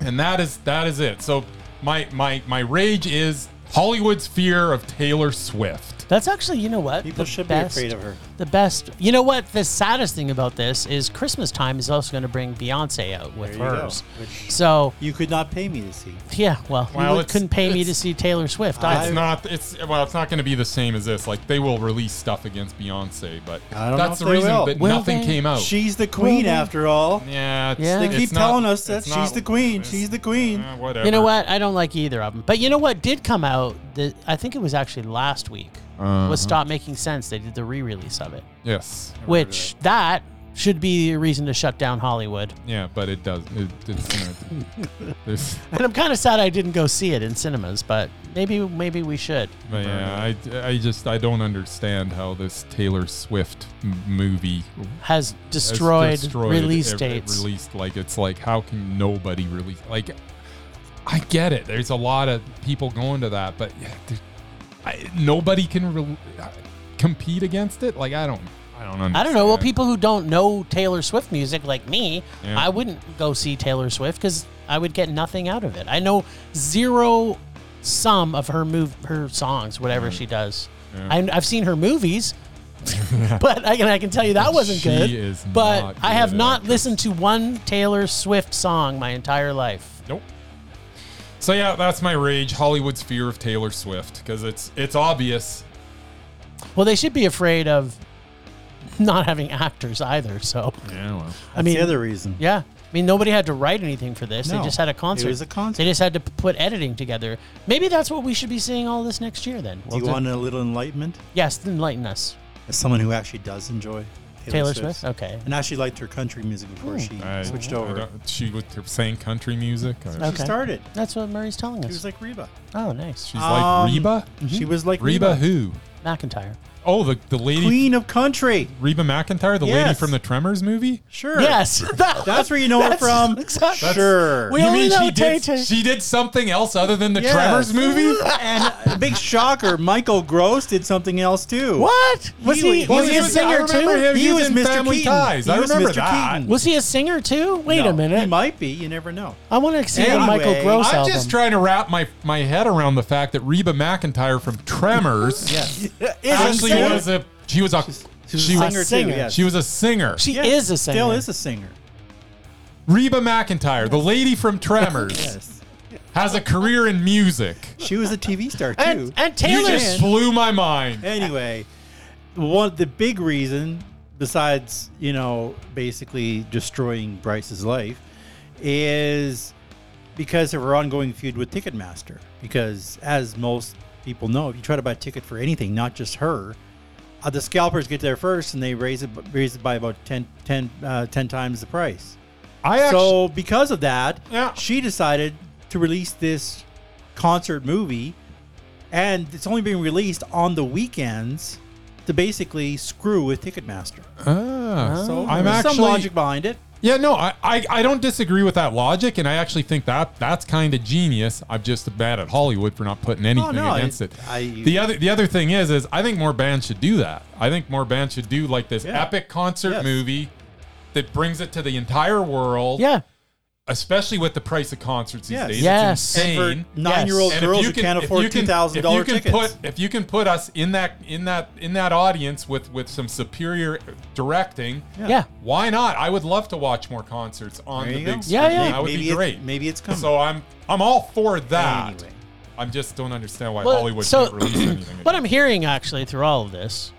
[SPEAKER 1] And that is that is it. So my my my rage is Hollywood's fear of Taylor Swift.
[SPEAKER 2] that's actually, you know what?
[SPEAKER 3] People
[SPEAKER 2] The
[SPEAKER 3] should
[SPEAKER 2] best-
[SPEAKER 3] be afraid of her.
[SPEAKER 2] The best. You know what? The saddest thing about this is Christmas time is also going to bring Beyonce out with
[SPEAKER 3] There you go.
[SPEAKER 2] hers.
[SPEAKER 3] Which
[SPEAKER 2] So
[SPEAKER 3] you could not pay me to see.
[SPEAKER 2] yeah, well,
[SPEAKER 1] Well,
[SPEAKER 2] you would-
[SPEAKER 1] it's-
[SPEAKER 2] couldn't pay me to
[SPEAKER 1] it's-
[SPEAKER 2] see Taylor Swift
[SPEAKER 1] It's
[SPEAKER 2] either.
[SPEAKER 1] not it's well it's not going to be the same as this. Like they will release stuff against Beyonce, but
[SPEAKER 3] I don't know
[SPEAKER 1] that's
[SPEAKER 3] if
[SPEAKER 1] the
[SPEAKER 3] they
[SPEAKER 1] reason
[SPEAKER 3] will.
[SPEAKER 1] that
[SPEAKER 2] Will
[SPEAKER 1] nothing
[SPEAKER 2] they?
[SPEAKER 1] came out.
[SPEAKER 3] She's the queen,
[SPEAKER 2] Well,
[SPEAKER 3] after all.
[SPEAKER 1] yeah, it's,
[SPEAKER 2] Yeah.
[SPEAKER 1] it's
[SPEAKER 2] They
[SPEAKER 3] keep
[SPEAKER 1] not-
[SPEAKER 3] telling us that
[SPEAKER 1] it's
[SPEAKER 3] she's
[SPEAKER 1] not-
[SPEAKER 3] the queen.
[SPEAKER 1] it's-
[SPEAKER 3] She's the queen.
[SPEAKER 1] eh, whatever.
[SPEAKER 2] You know what? I don't like either of them. But you know what did come out? The, I think it was actually last week.
[SPEAKER 1] Uh-huh.
[SPEAKER 2] Was Stop Making Sense. They did the re release of it,
[SPEAKER 1] Yes.
[SPEAKER 2] which that should be a reason to shut down Hollywood. <laughs>
[SPEAKER 1] Yeah, but it does. It, it's not,
[SPEAKER 3] <laughs>
[SPEAKER 1] there's,
[SPEAKER 2] And I'm kind of sad I didn't go see it in cinemas, but maybe maybe we should.
[SPEAKER 1] but yeah, I, I just I don't understand how this Taylor Swift m- movie
[SPEAKER 2] Has
[SPEAKER 1] has
[SPEAKER 2] destroyed,
[SPEAKER 1] destroyed
[SPEAKER 2] release
[SPEAKER 1] ev-
[SPEAKER 2] dates.
[SPEAKER 1] Released like it's like how can nobody release like I get it. There's a lot of people going to that, but yeah, there- I, nobody can re- compete against it. Like I don't, I don't understand.
[SPEAKER 2] I don't know. Well, people who don't know Taylor Swift music, like me,
[SPEAKER 1] uh, Yeah.
[SPEAKER 2] I wouldn't go see Taylor Swift because I would get nothing out of it. I know zero sum of her move, her songs, whatever she does. I, I've seen her
[SPEAKER 1] <laughs>
[SPEAKER 2] movies, but I can I can tell you that wasn't
[SPEAKER 1] She
[SPEAKER 2] good.
[SPEAKER 1] is
[SPEAKER 2] but
[SPEAKER 1] not
[SPEAKER 2] I
[SPEAKER 1] good
[SPEAKER 2] have
[SPEAKER 1] at
[SPEAKER 2] not
[SPEAKER 1] actress.
[SPEAKER 2] listened to one Taylor Swift song my entire life.
[SPEAKER 1] Nope. So yeah, that's my rage. Hollywood's fear of Taylor Swift because it's it's obvious.
[SPEAKER 2] Well, they should be afraid of not having actors either. So
[SPEAKER 1] Yeah. Well.
[SPEAKER 2] I mean,
[SPEAKER 3] the other reason.
[SPEAKER 2] Yeah. I mean, nobody had to write anything for this.
[SPEAKER 3] No.
[SPEAKER 2] they just had a
[SPEAKER 3] It
[SPEAKER 2] concert.
[SPEAKER 3] was a concert.
[SPEAKER 2] They just had to p- put editing together. Maybe that's what we should be seeing all this next year then.
[SPEAKER 3] Do
[SPEAKER 2] We'll
[SPEAKER 3] you
[SPEAKER 2] do-
[SPEAKER 3] want a little enlightenment?
[SPEAKER 2] yes, enlighten us.
[SPEAKER 3] As someone who actually does enjoy
[SPEAKER 2] Taylor,
[SPEAKER 3] Taylor,
[SPEAKER 2] Swift? Okay.
[SPEAKER 3] and actually liked her country music before she
[SPEAKER 1] I,
[SPEAKER 3] switched
[SPEAKER 1] I
[SPEAKER 3] over.
[SPEAKER 1] don't- she was saying country music. Or
[SPEAKER 3] She
[SPEAKER 2] Okay.
[SPEAKER 3] started.
[SPEAKER 2] That's what Murray's telling
[SPEAKER 3] She
[SPEAKER 2] us.
[SPEAKER 3] was like Reba.
[SPEAKER 2] oh, nice.
[SPEAKER 1] She's
[SPEAKER 3] Um,
[SPEAKER 1] like Reba.
[SPEAKER 3] She was like Reba,
[SPEAKER 1] Reba who?
[SPEAKER 2] McIntyre.
[SPEAKER 1] Oh, the the lady
[SPEAKER 3] queen of country.
[SPEAKER 1] Reba McIntyre, the lady
[SPEAKER 3] Yes.
[SPEAKER 1] from the Tremors movie.
[SPEAKER 3] Sure. <laughs>
[SPEAKER 2] Yes. that-
[SPEAKER 3] That's where you know her
[SPEAKER 2] That's-
[SPEAKER 3] from.
[SPEAKER 2] exactly. That's-
[SPEAKER 3] Sure.
[SPEAKER 2] We only know
[SPEAKER 1] she did,
[SPEAKER 2] Tay-Tay.
[SPEAKER 1] she did something else other than the
[SPEAKER 3] Yes.
[SPEAKER 1] Tremors movie?
[SPEAKER 3] and a big shocker, Michael Gross did something else too.
[SPEAKER 2] What? Was he,
[SPEAKER 3] He was-
[SPEAKER 2] was
[SPEAKER 3] he
[SPEAKER 2] he a
[SPEAKER 3] was-
[SPEAKER 1] I
[SPEAKER 2] singer
[SPEAKER 1] remember
[SPEAKER 2] too?
[SPEAKER 1] him.
[SPEAKER 3] He
[SPEAKER 1] He's
[SPEAKER 3] was
[SPEAKER 1] in
[SPEAKER 3] Mr.
[SPEAKER 1] Family
[SPEAKER 3] Keaton.
[SPEAKER 1] Ties.
[SPEAKER 3] He
[SPEAKER 1] I
[SPEAKER 3] was
[SPEAKER 1] remember
[SPEAKER 3] Mr.
[SPEAKER 1] that.
[SPEAKER 3] Keaton.
[SPEAKER 2] Was he a singer too? Wait a
[SPEAKER 3] No, He
[SPEAKER 2] minute.
[SPEAKER 3] might be. You never <laughs> know.
[SPEAKER 2] I want to see a
[SPEAKER 3] Anyway,
[SPEAKER 2] Michael Gross
[SPEAKER 1] I'm
[SPEAKER 2] album.
[SPEAKER 1] just trying to wrap my, my head around the fact that Reba McIntyre from Tremors
[SPEAKER 3] Yes.
[SPEAKER 1] actually
[SPEAKER 2] singer.
[SPEAKER 1] was a she was a
[SPEAKER 3] She was
[SPEAKER 1] she
[SPEAKER 3] a
[SPEAKER 1] was-
[SPEAKER 3] singer
[SPEAKER 2] singer.
[SPEAKER 3] too. Yes.
[SPEAKER 1] she was a singer.
[SPEAKER 2] she
[SPEAKER 3] Yes,
[SPEAKER 2] is a singer.
[SPEAKER 3] Still is a singer.
[SPEAKER 1] Reba McIntyre, the lady from Tremors,
[SPEAKER 3] Yes.
[SPEAKER 1] has a career in music.
[SPEAKER 3] She was a TV star too.
[SPEAKER 2] <laughs> and, and
[SPEAKER 1] You
[SPEAKER 2] Taylor's
[SPEAKER 1] just blew my mind.
[SPEAKER 3] <laughs> anyway, one the big reason, besides you know basically destroying Bryce's life, is because of her ongoing feud with Ticketmaster. Because as most people know, if you try to buy a ticket for anything, not just her, uh, the scalpers get there first and they raise it raise it by about 10, 10, uh, 10 times the price.
[SPEAKER 1] I actually
[SPEAKER 3] So because of that,
[SPEAKER 1] Yeah.
[SPEAKER 3] she decided to release this concert movie, and it's only being released on the weekends to basically screw with Ticketmaster.
[SPEAKER 1] ah,
[SPEAKER 3] So
[SPEAKER 1] I'm
[SPEAKER 3] there's
[SPEAKER 1] actually
[SPEAKER 3] some logic behind it.
[SPEAKER 1] Yeah, no, I, I, I don't disagree with that logic, and I actually think that that's kind of genius. I'm just bad at Hollywood for not putting anything
[SPEAKER 3] no,
[SPEAKER 1] against
[SPEAKER 3] I-
[SPEAKER 1] it.
[SPEAKER 3] I-
[SPEAKER 1] the other the other thing is is I think more bands should do that. I think more bands should do like this
[SPEAKER 3] Yeah.
[SPEAKER 1] epic concert
[SPEAKER 3] Yes.
[SPEAKER 1] movie that brings it to the entire world.
[SPEAKER 2] yeah.
[SPEAKER 1] especially with the price of concerts these
[SPEAKER 3] Yes.
[SPEAKER 1] days.
[SPEAKER 2] Yes.
[SPEAKER 1] it's
[SPEAKER 2] And
[SPEAKER 1] insane.
[SPEAKER 3] For nine-year-old
[SPEAKER 1] And if
[SPEAKER 3] girls
[SPEAKER 1] you
[SPEAKER 3] who
[SPEAKER 1] can-
[SPEAKER 3] can't
[SPEAKER 1] if
[SPEAKER 3] afford
[SPEAKER 1] you can-
[SPEAKER 3] two thousand dollar
[SPEAKER 1] if you
[SPEAKER 3] tickets.
[SPEAKER 1] can Put, if you can put us in that in that in that audience with with some superior directing,
[SPEAKER 2] Yeah.
[SPEAKER 1] why not? I would love to watch more concerts on
[SPEAKER 3] There
[SPEAKER 1] the
[SPEAKER 3] you
[SPEAKER 1] big
[SPEAKER 3] go.
[SPEAKER 1] screen.
[SPEAKER 2] Yeah, yeah.
[SPEAKER 1] That would
[SPEAKER 3] maybe
[SPEAKER 1] be
[SPEAKER 3] it-
[SPEAKER 1] great.
[SPEAKER 3] maybe it's coming.
[SPEAKER 1] so I'm I'm all for that.
[SPEAKER 3] Anyway.
[SPEAKER 1] I just don't understand why
[SPEAKER 2] Well,
[SPEAKER 1] Hollywood
[SPEAKER 2] so-
[SPEAKER 1] can't release
[SPEAKER 2] <clears throat>
[SPEAKER 1] anything.
[SPEAKER 2] What
[SPEAKER 1] again.
[SPEAKER 2] I'm hearing actually through all of this,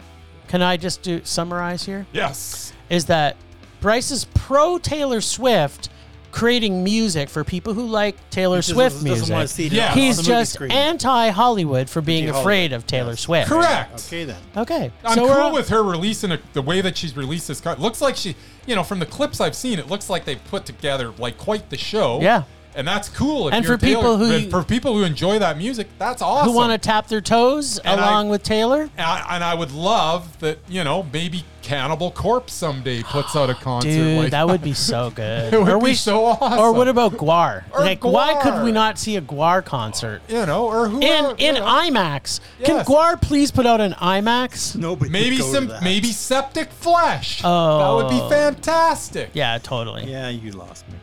[SPEAKER 2] can I just do summarize here?
[SPEAKER 1] yes.
[SPEAKER 2] Is that Bryce's pro Taylor Swift creating music for people who like Taylor
[SPEAKER 3] He
[SPEAKER 2] Swift
[SPEAKER 3] doesn't- doesn't
[SPEAKER 2] music.
[SPEAKER 3] wanna see it
[SPEAKER 1] Yeah.
[SPEAKER 3] on
[SPEAKER 2] He's
[SPEAKER 3] the movie
[SPEAKER 2] just
[SPEAKER 3] screen.
[SPEAKER 2] anti Hollywood for being
[SPEAKER 3] Anti-Hollywood,
[SPEAKER 2] afraid of Taylor
[SPEAKER 3] yes.
[SPEAKER 2] Swift.
[SPEAKER 1] Correct.
[SPEAKER 3] Okay then.
[SPEAKER 2] Okay.
[SPEAKER 1] I'm
[SPEAKER 2] so we're
[SPEAKER 1] cool
[SPEAKER 2] all-
[SPEAKER 1] with her releasing a, the way that she's released this cut. Looks like she, you know, from the clips I've seen, it looks like they've put together like quite the show.
[SPEAKER 2] Yeah.
[SPEAKER 1] and that's cool. If
[SPEAKER 2] And
[SPEAKER 1] you're
[SPEAKER 2] for
[SPEAKER 1] Taylor-
[SPEAKER 2] people who-
[SPEAKER 1] and for people who enjoy that music, that's awesome.
[SPEAKER 2] who want to tap their toes
[SPEAKER 1] And I-
[SPEAKER 2] along with Taylor.
[SPEAKER 1] And I, and I would love that, you know, maybe Cannibal Corpse someday puts out a concert.
[SPEAKER 2] Dude,
[SPEAKER 1] like
[SPEAKER 2] that
[SPEAKER 1] <laughs>
[SPEAKER 2] would be so good.
[SPEAKER 1] It would
[SPEAKER 2] Or
[SPEAKER 1] be so awesome.
[SPEAKER 2] Or what about Guar?
[SPEAKER 1] Or
[SPEAKER 2] like, why could
[SPEAKER 1] Gwar.
[SPEAKER 2] we not see a Guar concert
[SPEAKER 1] you know, or who
[SPEAKER 2] in
[SPEAKER 1] are- you
[SPEAKER 2] in
[SPEAKER 1] know.
[SPEAKER 2] IMAX? Can
[SPEAKER 1] Yes.
[SPEAKER 2] Guar please put out an IMAX?
[SPEAKER 3] Nobody.
[SPEAKER 1] maybe
[SPEAKER 3] could go
[SPEAKER 1] some
[SPEAKER 3] to that.
[SPEAKER 1] maybe Septic Flesh. that would
[SPEAKER 2] Oh.
[SPEAKER 1] be fantastic.
[SPEAKER 2] Yeah, totally.
[SPEAKER 3] Yeah, you lost me.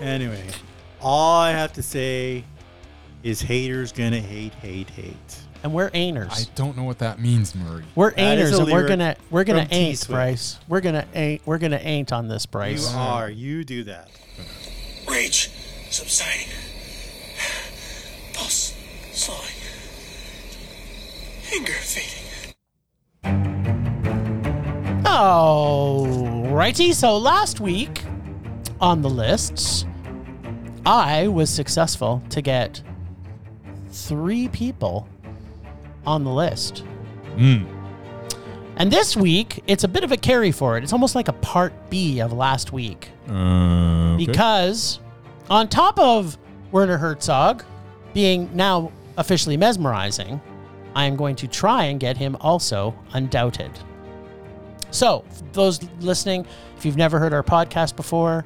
[SPEAKER 3] anyway, all I have to say is haters gonna hate, hate, hate.
[SPEAKER 2] And we're
[SPEAKER 1] I
[SPEAKER 2] aners.
[SPEAKER 1] don't know what that means, Murray.
[SPEAKER 2] we're
[SPEAKER 3] That is
[SPEAKER 2] aners,
[SPEAKER 3] a
[SPEAKER 2] and we're
[SPEAKER 3] lyric
[SPEAKER 2] gonna we're gonna
[SPEAKER 3] from
[SPEAKER 2] ain't
[SPEAKER 3] T-Swift.
[SPEAKER 2] Bryce. We're gonna ain't we're gonna ain't on this
[SPEAKER 3] You
[SPEAKER 2] Bryce.
[SPEAKER 3] are. You do that.
[SPEAKER 4] Rage subsiding. Pulse slowing. Anger fading.
[SPEAKER 2] Alrighty, so last week on the lists, I was successful to get three people on the list. And this week, it's a bit of a carry forward. It's almost like a part B of last week. Because on top of Werner Herzog being now officially mesmerizing, I am going to try and get him also undoubted. So, for those listening, if you've never heard our podcast before,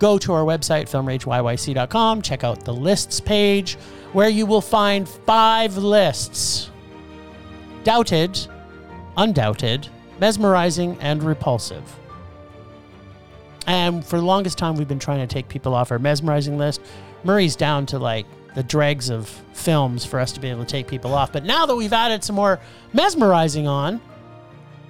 [SPEAKER 2] go to our website, filmrageyyc.com, check out the lists page, where you will find five lists doubted, undoubted, mesmerizing, and repulsive. And for the longest time, we've been trying to take people off our mesmerizing list. Murray's down to like the dregs of films for us to be able to take people off. But now that we've added some more mesmerizing on,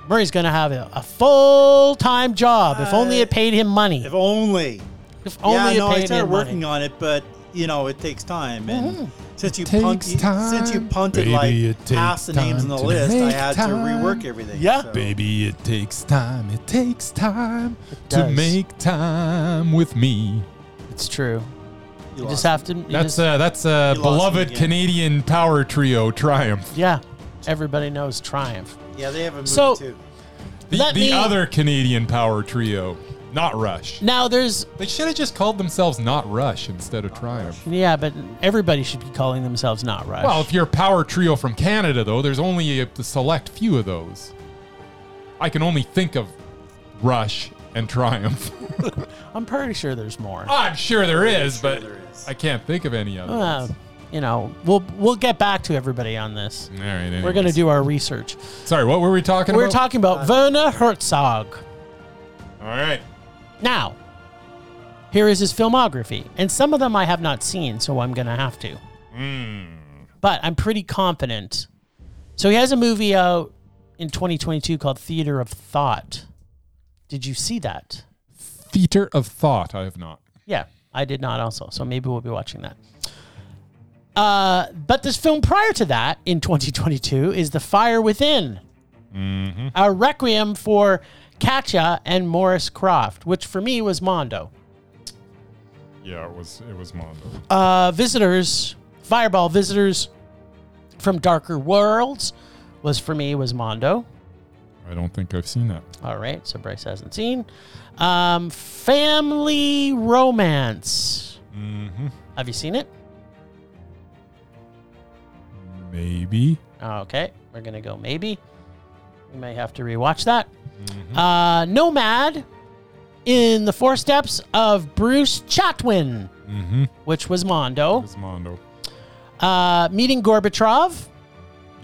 [SPEAKER 2] Murray's going to have a, a full time job. if only it paid him money.
[SPEAKER 3] If only.
[SPEAKER 2] If only
[SPEAKER 3] yeah, no,
[SPEAKER 2] it
[SPEAKER 3] I
[SPEAKER 2] paid
[SPEAKER 3] started
[SPEAKER 2] him
[SPEAKER 3] working
[SPEAKER 2] money.
[SPEAKER 3] on it, but you know it takes time, and since you punt,
[SPEAKER 1] Mm-hmm. takes time,
[SPEAKER 3] since you punted
[SPEAKER 1] baby, it
[SPEAKER 3] like
[SPEAKER 1] takes
[SPEAKER 3] half the names on
[SPEAKER 1] time
[SPEAKER 3] the
[SPEAKER 1] to
[SPEAKER 3] list, I
[SPEAKER 1] make
[SPEAKER 3] had to
[SPEAKER 1] time.
[SPEAKER 3] rework everything.
[SPEAKER 2] Yeah.
[SPEAKER 3] so-
[SPEAKER 1] Baby, it takes time. It takes time to
[SPEAKER 2] does.
[SPEAKER 1] make time with me.
[SPEAKER 2] It's true.
[SPEAKER 3] you
[SPEAKER 2] You just
[SPEAKER 3] lost me.
[SPEAKER 2] have to. You
[SPEAKER 1] That's
[SPEAKER 2] just,
[SPEAKER 1] uh, that's a
[SPEAKER 3] You lost me
[SPEAKER 1] beloved
[SPEAKER 3] again.
[SPEAKER 1] Canadian power trio triumph.
[SPEAKER 2] yeah. Everybody knows Triumph.
[SPEAKER 3] Yeah, they have a movie
[SPEAKER 2] So-
[SPEAKER 3] too.
[SPEAKER 1] The,
[SPEAKER 2] Let
[SPEAKER 1] the
[SPEAKER 2] me-
[SPEAKER 1] other Canadian power trio, not Rush.
[SPEAKER 2] Now there's
[SPEAKER 1] They should have just called themselves not Rush instead of Triumph.
[SPEAKER 2] yeah, but everybody should be calling themselves not Rush.
[SPEAKER 1] Well, if you're a power trio from Canada, though, there's only a, a select few of those. I can only think of Rush and Triumph. <laughs>
[SPEAKER 2] I'm pretty sure there's more.
[SPEAKER 1] I'm sure there is,
[SPEAKER 3] sure
[SPEAKER 1] but
[SPEAKER 3] there is.
[SPEAKER 1] I can't think of any others.
[SPEAKER 2] Uh, you know, we'll we'll get back to everybody on this.
[SPEAKER 1] All right, anyways.
[SPEAKER 2] We're gonna do our research.
[SPEAKER 1] Sorry, what were we talking
[SPEAKER 2] We're
[SPEAKER 1] about?
[SPEAKER 2] talking
[SPEAKER 3] Uh,
[SPEAKER 2] about Werner Herzog.
[SPEAKER 1] All right.
[SPEAKER 2] Now, here is his filmography, and some of them I have not seen, so I'm gonna have to. But I'm pretty confident. So he has a movie out in 2022 called Theater of Thought. Did you see that?
[SPEAKER 1] Theater of Thought. I have not.
[SPEAKER 2] Yeah, I did not also. So maybe we'll be watching that. Uh, but this film prior to that in 2022 is The Fire Within, a requiem for Katya and Morris Croft, which for me was Mondo.
[SPEAKER 1] Yeah, it was it was Mondo.
[SPEAKER 2] Uh, visitors, Fireball visitors from Darker Worlds was for me was Mondo.
[SPEAKER 1] I don't think I've seen that.
[SPEAKER 2] All right, so Bryce hasn't seen. Um, family romance. Have you seen it?
[SPEAKER 1] Maybe.
[SPEAKER 2] Okay, we're gonna go maybe. We may have to rewatch that. Uh, Nomad in the four steps of Bruce Chatwin,
[SPEAKER 1] Mm-hmm. It
[SPEAKER 2] which was Mondo.
[SPEAKER 1] was Mondo.
[SPEAKER 2] Uh, meeting Gorbachev,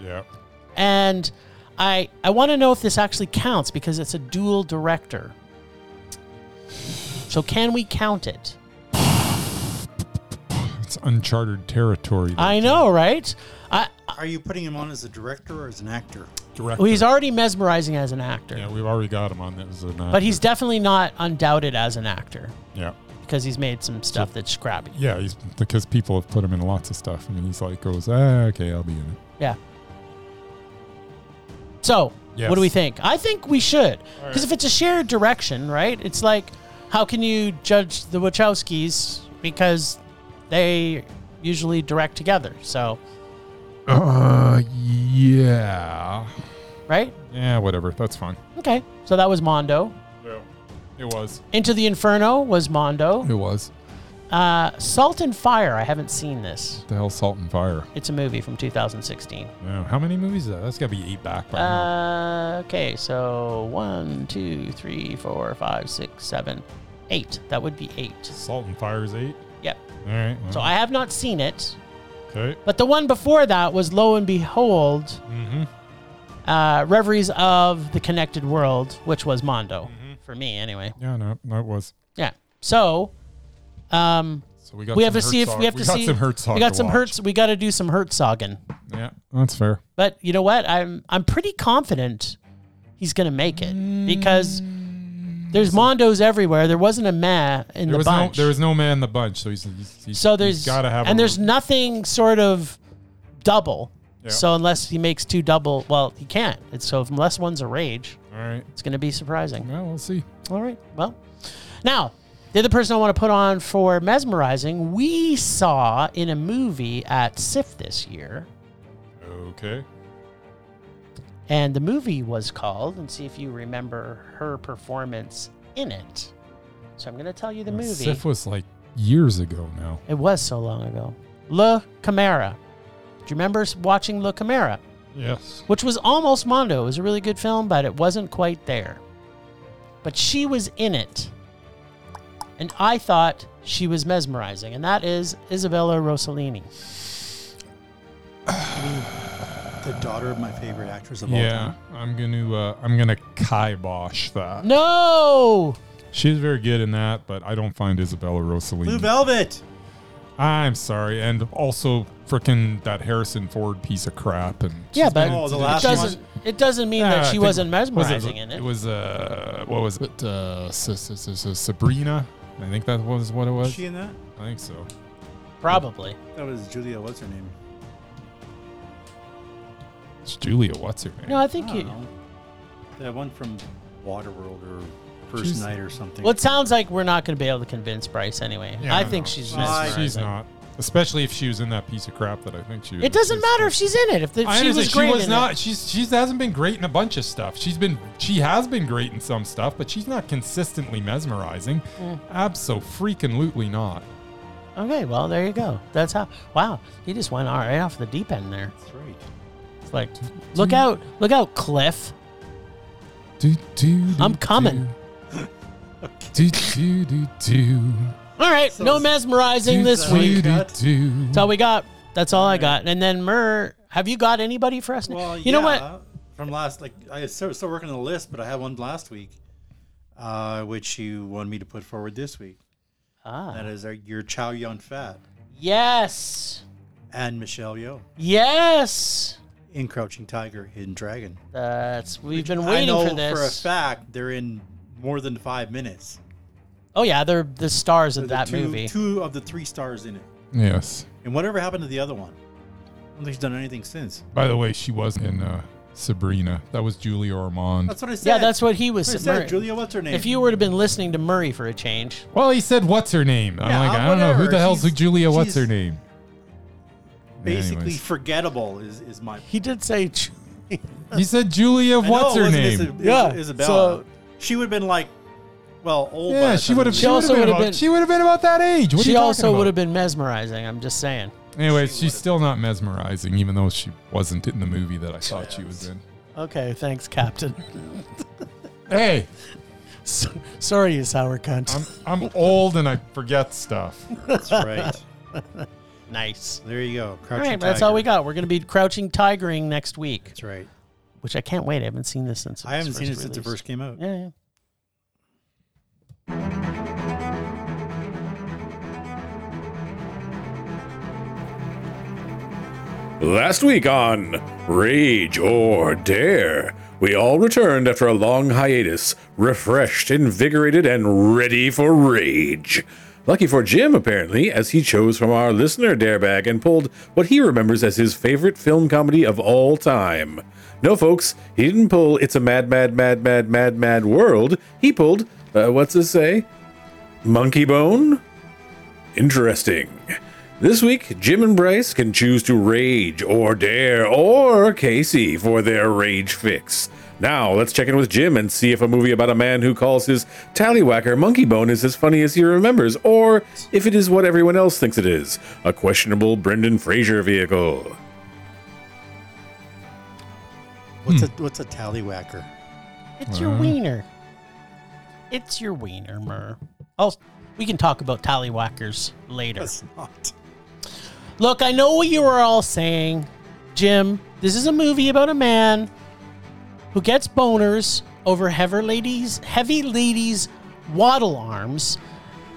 [SPEAKER 1] Yeah.
[SPEAKER 2] and I I want to know if this actually counts because it's a dual director. So can we count it?
[SPEAKER 1] It's uncharted territory.
[SPEAKER 2] I know, right? I,
[SPEAKER 1] uh,
[SPEAKER 3] Are you putting him on as a director or as an actor?
[SPEAKER 1] Direct.
[SPEAKER 2] he's already mesmerizing as an actor,
[SPEAKER 1] yeah, we've already got him on that. as an
[SPEAKER 2] but
[SPEAKER 1] actor.
[SPEAKER 2] he's definitely not undoubted as an actor
[SPEAKER 1] yeah.
[SPEAKER 2] because he's made some stuff that's scrappy.
[SPEAKER 1] Yeah, he's because people have put him in lots of stuff, and he's like goes, ah, okay, I'll be in it.
[SPEAKER 2] Yeah. So,
[SPEAKER 1] Yes.
[SPEAKER 2] what do we think? I think we should. Because if it's a shared direction, right? It's like, how can you judge the Wachowskis because they usually direct together? So,
[SPEAKER 1] Uh, yeah.
[SPEAKER 2] right?
[SPEAKER 1] Yeah, whatever. That's fine.
[SPEAKER 2] Okay. So that was Mondo.
[SPEAKER 1] Yeah. It was.
[SPEAKER 2] Into the Inferno was Mondo.
[SPEAKER 1] It was.
[SPEAKER 2] Uh, Salt and Fire. I haven't seen this.
[SPEAKER 1] The hell, Salt and Fire.
[SPEAKER 2] It's a movie from 2016.
[SPEAKER 1] Yeah. How many movies is that? That's got to be eight back by now.
[SPEAKER 2] Uh, okay, so one, two, three, four, five, six, seven, eight. That would be eight.
[SPEAKER 1] Salt and Fire is eight.
[SPEAKER 2] Yep.
[SPEAKER 1] All right.
[SPEAKER 2] So I have not seen it,
[SPEAKER 1] okay.
[SPEAKER 2] but the one before that was Lo and Behold,
[SPEAKER 1] Mm-hmm.
[SPEAKER 2] uh, Reveries of the Connected World, which was Mondo
[SPEAKER 1] Mm-hmm.
[SPEAKER 2] for me anyway.
[SPEAKER 1] Yeah, no, no, it was.
[SPEAKER 2] Yeah. So, um,
[SPEAKER 1] So we got.
[SPEAKER 2] we
[SPEAKER 1] some
[SPEAKER 2] have to see if
[SPEAKER 1] Herzog-
[SPEAKER 2] we have to
[SPEAKER 1] got
[SPEAKER 2] see
[SPEAKER 1] some Herzog
[SPEAKER 2] we got
[SPEAKER 1] to
[SPEAKER 2] some
[SPEAKER 1] watch.
[SPEAKER 2] Hertz. We got to do some Hertzogen.
[SPEAKER 1] Yeah, that's fair.
[SPEAKER 2] But you know what? I'm I'm pretty confident he's gonna make it because there's Mondos everywhere. There wasn't a meh in
[SPEAKER 1] Mm. There
[SPEAKER 2] the
[SPEAKER 1] was
[SPEAKER 2] bunch.
[SPEAKER 1] no, there was no man in the bunch, so he's, he's, he's
[SPEAKER 2] so there's
[SPEAKER 1] got to have
[SPEAKER 2] and
[SPEAKER 1] a,
[SPEAKER 2] there's nothing sort of double.
[SPEAKER 1] Yeah.
[SPEAKER 2] So unless he makes two double, well, he can't. It's, so unless one's a rage,
[SPEAKER 1] all right.
[SPEAKER 2] it's gonna be surprising.
[SPEAKER 1] Well, we'll see.
[SPEAKER 2] All right. Well, now the other person I want to put on for mesmerizing, we saw in a movie at SIF this year.
[SPEAKER 1] Okay.
[SPEAKER 2] And the movie was called, and see if you remember her performance in it. So I'm going to tell you the
[SPEAKER 1] Uh,
[SPEAKER 2] movie.
[SPEAKER 1] Sif was like years ago now.
[SPEAKER 2] it was so long ago. La Camara. Do you remember s- watching La Camara?
[SPEAKER 1] Yes.
[SPEAKER 2] Which was almost Mondo. It was a really good film, but it wasn't quite there. But she was in it. And I thought she was mesmerizing. And that is Isabella Rossellini.
[SPEAKER 3] The daughter of my favorite actress of all
[SPEAKER 1] Uh, Yeah,
[SPEAKER 3] time.
[SPEAKER 1] I'm gonna uh, I'm gonna kibosh that.
[SPEAKER 2] No!
[SPEAKER 1] She's very good in that, but I don't find Isabella Rossellini.
[SPEAKER 3] Blue Velvet.
[SPEAKER 1] I'm sorry, and also frickin' that Harrison Ford piece of crap. And
[SPEAKER 2] Yeah, but
[SPEAKER 3] Oh, the
[SPEAKER 2] it
[SPEAKER 3] last one.
[SPEAKER 2] doesn't, it doesn't mean
[SPEAKER 1] Yeah, I
[SPEAKER 2] that she
[SPEAKER 1] think-
[SPEAKER 2] wasn't
[SPEAKER 1] was it-
[SPEAKER 2] mesmerizing in
[SPEAKER 1] It was uh, what was it? Uh, S- S- S- S- Sabrina. I think that was what it was.
[SPEAKER 3] Was she in that?
[SPEAKER 1] I think so.
[SPEAKER 2] Probably.
[SPEAKER 3] That was Julia. What's her name?
[SPEAKER 1] It's Julia. What's her name?
[SPEAKER 2] No, I think
[SPEAKER 3] I
[SPEAKER 2] you.
[SPEAKER 3] don't know. That one from Waterworld or First
[SPEAKER 1] She's-
[SPEAKER 3] Night or something.
[SPEAKER 2] Well, it sounds like we're not going to be able to convince Bryce anyway.
[SPEAKER 1] Yeah,
[SPEAKER 2] I
[SPEAKER 1] no.
[SPEAKER 2] think she's
[SPEAKER 1] She's-
[SPEAKER 2] mesmerizing.
[SPEAKER 1] She's not. Especially if she was in that piece of crap that I think she was.
[SPEAKER 2] It doesn't
[SPEAKER 1] she's-
[SPEAKER 2] matter if she's in it. If, the, if
[SPEAKER 1] I
[SPEAKER 2] she
[SPEAKER 1] understand.
[SPEAKER 2] was great,
[SPEAKER 1] she was
[SPEAKER 2] in
[SPEAKER 1] not.
[SPEAKER 2] It.
[SPEAKER 1] She's she hasn't been great in a bunch of stuff. She's been she has been great in some stuff, but she's not consistently mesmerizing.
[SPEAKER 3] Mm.
[SPEAKER 1] Abso freaking lootly not.
[SPEAKER 2] Okay, well there you go. That's how. Wow, he just went all right off the deep end there.
[SPEAKER 3] That's right.
[SPEAKER 2] It's like, look out, look out, Cliff.
[SPEAKER 1] Do, do, do,
[SPEAKER 2] I'm coming.
[SPEAKER 1] <laughs> Do, do, do, do,
[SPEAKER 2] All right, no mesmerizing this
[SPEAKER 1] do,
[SPEAKER 2] week.
[SPEAKER 1] do,
[SPEAKER 3] Cut.
[SPEAKER 1] do.
[SPEAKER 2] That's all we got. That's all I got. And then Mur, have you got anybody for us?
[SPEAKER 3] Well,
[SPEAKER 2] you know what?
[SPEAKER 3] yeah, From last, like I still, still working on the list, but I had one last week, uh, which you wanted me to put forward this week.
[SPEAKER 2] Ah,
[SPEAKER 3] That is our, your Chow Yun Fat
[SPEAKER 2] yes,
[SPEAKER 3] and Michelle Yeoh
[SPEAKER 2] yes.
[SPEAKER 3] in Crouching Tiger, Hidden Dragon.
[SPEAKER 2] That's we've been
[SPEAKER 3] I
[SPEAKER 2] waiting
[SPEAKER 3] know
[SPEAKER 2] for this.
[SPEAKER 3] a fact they're in more than five minutes.
[SPEAKER 2] Oh yeah, they're the stars
[SPEAKER 3] They're
[SPEAKER 2] of
[SPEAKER 3] the
[SPEAKER 2] that
[SPEAKER 3] two,
[SPEAKER 2] movie.
[SPEAKER 3] Two of the three stars in it,
[SPEAKER 1] Yes.
[SPEAKER 3] and whatever happened to the other one? I don't think she's done anything since.
[SPEAKER 1] By the way, she was in uh, Sabrina. That was Julia Ormond.
[SPEAKER 3] That's what I said.
[SPEAKER 2] Yeah, that's what he was.
[SPEAKER 3] I
[SPEAKER 2] Murray-
[SPEAKER 3] said. Julia, what's her name?
[SPEAKER 2] if you would have been listening to Murray for a change,
[SPEAKER 1] well, he said, "What's her name?" I'm
[SPEAKER 3] Yeah,
[SPEAKER 1] like, I don't know who
[SPEAKER 3] whatever.
[SPEAKER 1] the hell's
[SPEAKER 3] She's-
[SPEAKER 1] Julia. What's
[SPEAKER 3] she's
[SPEAKER 1] her name?
[SPEAKER 3] basically
[SPEAKER 1] Anyways.
[SPEAKER 3] forgettable is is my.
[SPEAKER 2] he did say,
[SPEAKER 1] he said Julia.
[SPEAKER 3] I know
[SPEAKER 1] What's
[SPEAKER 3] it
[SPEAKER 1] her
[SPEAKER 3] wasn't
[SPEAKER 1] name?
[SPEAKER 3] Isa- Isa-
[SPEAKER 2] Yeah,
[SPEAKER 3] Isabella.
[SPEAKER 2] so-
[SPEAKER 3] she would have been like, well, old. by
[SPEAKER 1] Yeah,
[SPEAKER 3] the
[SPEAKER 1] she
[SPEAKER 3] time
[SPEAKER 1] would have.
[SPEAKER 3] we-
[SPEAKER 2] She also
[SPEAKER 1] been
[SPEAKER 2] would've
[SPEAKER 1] about,
[SPEAKER 2] been-
[SPEAKER 1] She would have been about that age. What are
[SPEAKER 2] she
[SPEAKER 1] you
[SPEAKER 2] also
[SPEAKER 1] talking
[SPEAKER 2] would have
[SPEAKER 1] about?
[SPEAKER 2] been mesmerizing. I'm just saying.
[SPEAKER 1] Anyways,
[SPEAKER 3] she
[SPEAKER 1] she's
[SPEAKER 3] would've-
[SPEAKER 1] still not mesmerizing, even though she wasn't in the movie that I thought she was in.
[SPEAKER 2] Okay, thanks, Captain. <laughs>
[SPEAKER 1] Hey,
[SPEAKER 2] So, sorry, you sour cunt.
[SPEAKER 1] I'm I'm old and I forget stuff.
[SPEAKER 3] That's right.
[SPEAKER 2] nice.
[SPEAKER 3] There you go.
[SPEAKER 2] All
[SPEAKER 3] Crouching
[SPEAKER 2] right, that's all
[SPEAKER 3] Tiger.
[SPEAKER 2] we got. We're going to be crouching tigering next week,
[SPEAKER 3] That's right.
[SPEAKER 2] which I can't wait. I haven't seen this since.
[SPEAKER 3] I haven't seen it
[SPEAKER 2] was
[SPEAKER 3] since it
[SPEAKER 2] released.
[SPEAKER 3] first came out.
[SPEAKER 2] Yeah, yeah.
[SPEAKER 5] Last week on Rage or Dare, we all returned after a long hiatus, refreshed, invigorated, and ready for rage. Lucky for Jim, apparently, as he chose from our listener dare bag and pulled what he remembers as his favorite film comedy of all time. No, folks, he didn't pull It's a Mad, Mad, Mad, Mad, Mad, Mad World. He pulled, uh, what's it say? Monkey Bone? Interesting. This week, Jim and Bryce can choose to rage or dare or Casey for their rage fix. Now, let's check in with Jim and see if a movie about a man who calls his tallywhacker Monkey Bone is as funny as he remembers, or if it is what everyone else thinks it is a questionable Brendan Fraser vehicle.
[SPEAKER 1] Hmm.
[SPEAKER 3] What's a what's a tallywhacker?
[SPEAKER 2] It's your wiener. It's your wiener, Murr. I'll, we can talk about tallywhackers later.
[SPEAKER 3] It's not.
[SPEAKER 2] Look, I know what you were all saying. Jim, this is a movie about a man who gets boners over heavy ladies, heavy ladies' waddle arms,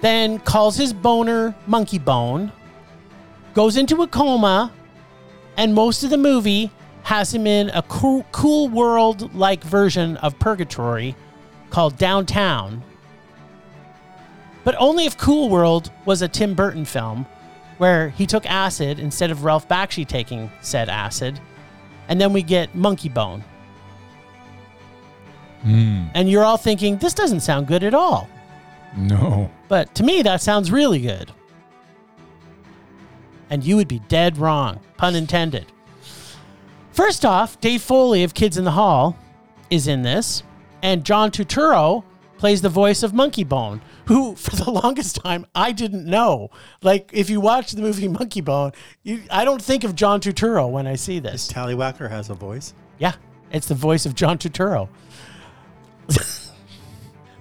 [SPEAKER 2] then calls his boner monkey bone, goes into a coma, and most of the movie has him in a cool, cool world like version of purgatory called Downtown. But only if Cool World was a Tim Burton film where he took acid instead of Ralph Bakshi taking said acid. And then we get Monkey Bone.
[SPEAKER 1] Hmm,
[SPEAKER 2] And you're all thinking, this doesn't sound good at all.
[SPEAKER 1] No.
[SPEAKER 2] But to me, that sounds really good. And you would be dead wrong, pun intended. First off, Dave Foley of Kids in the Hall is in this, and John Turturro plays the voice of Monkey Bone, who <laughs> for the longest time I didn't know. Like if you watch the movie Monkey Bone, you, I don't think of John Turturro when I see this.
[SPEAKER 3] Tallywhacker has a voice.
[SPEAKER 2] Yeah, it's the voice of John Turturro.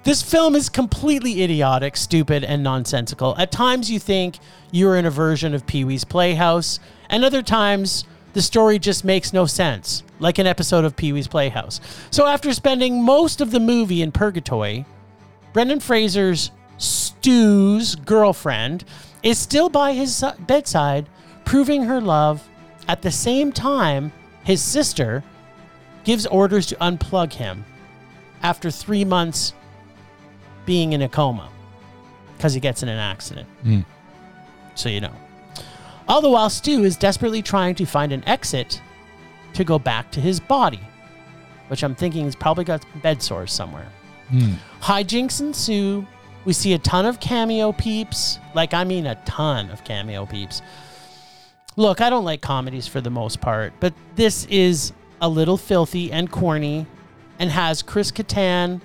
[SPEAKER 2] this film is completely idiotic, stupid, and nonsensical. At times, you think you're in a version of Pee Wee's Playhouse, and other times, the story just makes no sense, like an episode of Pee Wee's Playhouse. So, after spending most of the movie in purgatory, Brendan Fraser's Stu's girlfriend is still by his si- bedside, proving her love. At the same time, his sister gives orders to unplug him after three months being in a coma because he gets in an accident. So you know. All the while, Stu is desperately trying to find an exit to go back to his body, which I'm thinking has probably got bed sores somewhere.
[SPEAKER 1] Hmm.
[SPEAKER 2] Hijinks ensue. We see a ton of cameo peeps. Like, I mean, a ton of cameo peeps. Look, I don't like comedies for the most part, but this is a little filthy and corny and has Chris Kattan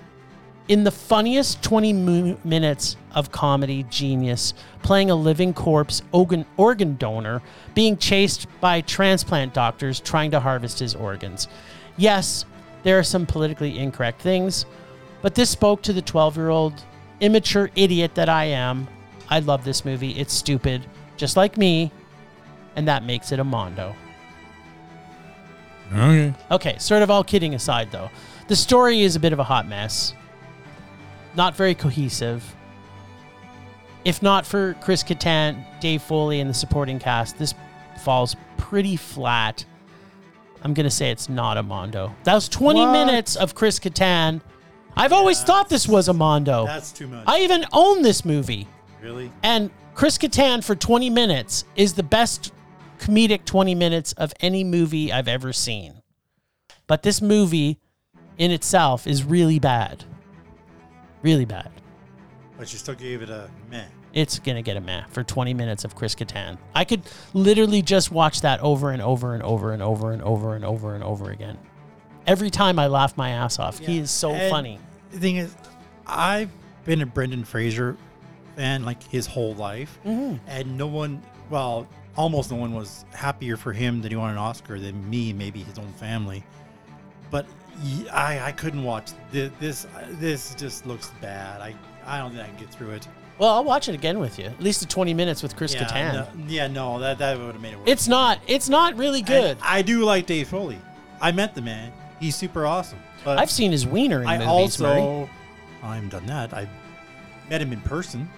[SPEAKER 2] in the funniest 20 mu- minutes of comedy genius playing a living corpse organ, organ donor being chased by transplant doctors trying to harvest his organs. Yes, there are some politically incorrect things, but this spoke to the 12 year old immature idiot that I am. I love this movie. It's stupid, just like me, and that makes it a Mondo.
[SPEAKER 1] Okay.
[SPEAKER 2] Okay, sort of all kidding aside, though, the story is a bit of a hot mess. Not very cohesive. If not for Chris Kattan, Dave Foley, and the supporting cast, this falls pretty flat. I'm going to say it's not a Mondo. That was 20
[SPEAKER 3] What?
[SPEAKER 2] minutes of Chris Kattan. I've always thought this was a
[SPEAKER 1] Oh.
[SPEAKER 2] Mondo.
[SPEAKER 3] That's too much.
[SPEAKER 2] I even own this movie.
[SPEAKER 3] really?
[SPEAKER 2] And Chris Kattan for 20 minutes is the best comedic 20 minutes of any movie I've ever seen. But this movie in itself is really bad. Really bad.
[SPEAKER 3] But you still gave it a meh.
[SPEAKER 2] It's going to get a meh for 20 minutes of Chris Kattan. I could literally just watch that over and over and over and over and over and over and over again. Every time I laugh my ass off. He is so
[SPEAKER 3] And
[SPEAKER 2] funny.
[SPEAKER 3] The thing is, I've been a Brendan Fraser fan like his whole life,
[SPEAKER 2] Mm-hmm.
[SPEAKER 3] and no one, well, almost no one was happier for him that he won an Oscar than me, maybe his own family. But y- I, I couldn't watch this. This, uh, this just looks bad. I, I don't think I can get through it.
[SPEAKER 2] Well, I'll watch it again with you. At least the 20 minutes with Chris Kattan.
[SPEAKER 3] yeah, no, yeah, no, that that would have made it worse.
[SPEAKER 2] It's not it's not really
[SPEAKER 3] And
[SPEAKER 2] good.
[SPEAKER 3] I do like Dave Foley. I met the man. He's super awesome. But
[SPEAKER 2] I've seen his wiener in
[SPEAKER 3] I
[SPEAKER 2] movies, Murray.
[SPEAKER 3] also I've done that. I met him in person.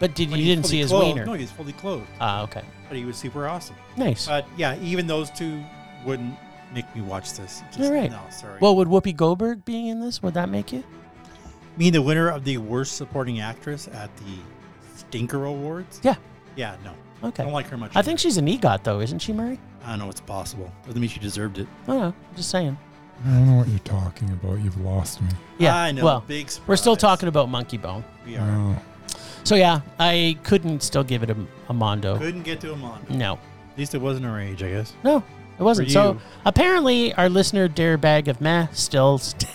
[SPEAKER 2] But did
[SPEAKER 3] when
[SPEAKER 2] you
[SPEAKER 3] he was
[SPEAKER 2] didn't
[SPEAKER 3] fully
[SPEAKER 2] see his
[SPEAKER 3] clothed.
[SPEAKER 2] wiener?
[SPEAKER 3] No, he was fully clothed,
[SPEAKER 2] Ah, okay.
[SPEAKER 3] but he was super awesome.
[SPEAKER 2] Nice.
[SPEAKER 3] But yeah, even those two wouldn't make me watch this. Just,
[SPEAKER 2] All right.
[SPEAKER 3] No, sorry.
[SPEAKER 2] well, would Whoopi Goldberg being in this would that make you?
[SPEAKER 3] mean the winner of the worst supporting actress at the Stinker Awards.
[SPEAKER 2] Yeah.
[SPEAKER 3] Yeah, no.
[SPEAKER 2] Okay.
[SPEAKER 3] I don't like her much.
[SPEAKER 2] I think
[SPEAKER 3] either.
[SPEAKER 2] she's an EGOT though, isn't she, Murray?
[SPEAKER 3] I don't know it's possible. Doesn't mean she deserved it.
[SPEAKER 2] I don't know. I'm just saying.
[SPEAKER 1] I don't know what you're talking about. You've lost me.
[SPEAKER 2] Yeah.
[SPEAKER 3] I know.
[SPEAKER 2] Well,
[SPEAKER 3] big
[SPEAKER 2] we're still
[SPEAKER 3] surprise.
[SPEAKER 2] talking about Monkey Bone.
[SPEAKER 3] We are.
[SPEAKER 1] Oh.
[SPEAKER 2] So yeah, I couldn't still give it a, a mondo.
[SPEAKER 3] Couldn't get to him on.
[SPEAKER 2] No,
[SPEAKER 3] At least it wasn't a rage, I guess.
[SPEAKER 2] no, it wasn't.
[SPEAKER 3] For
[SPEAKER 2] So
[SPEAKER 3] you.
[SPEAKER 2] apparently, our listener dare bag of meh still.
[SPEAKER 3] <laughs>
[SPEAKER 2] St-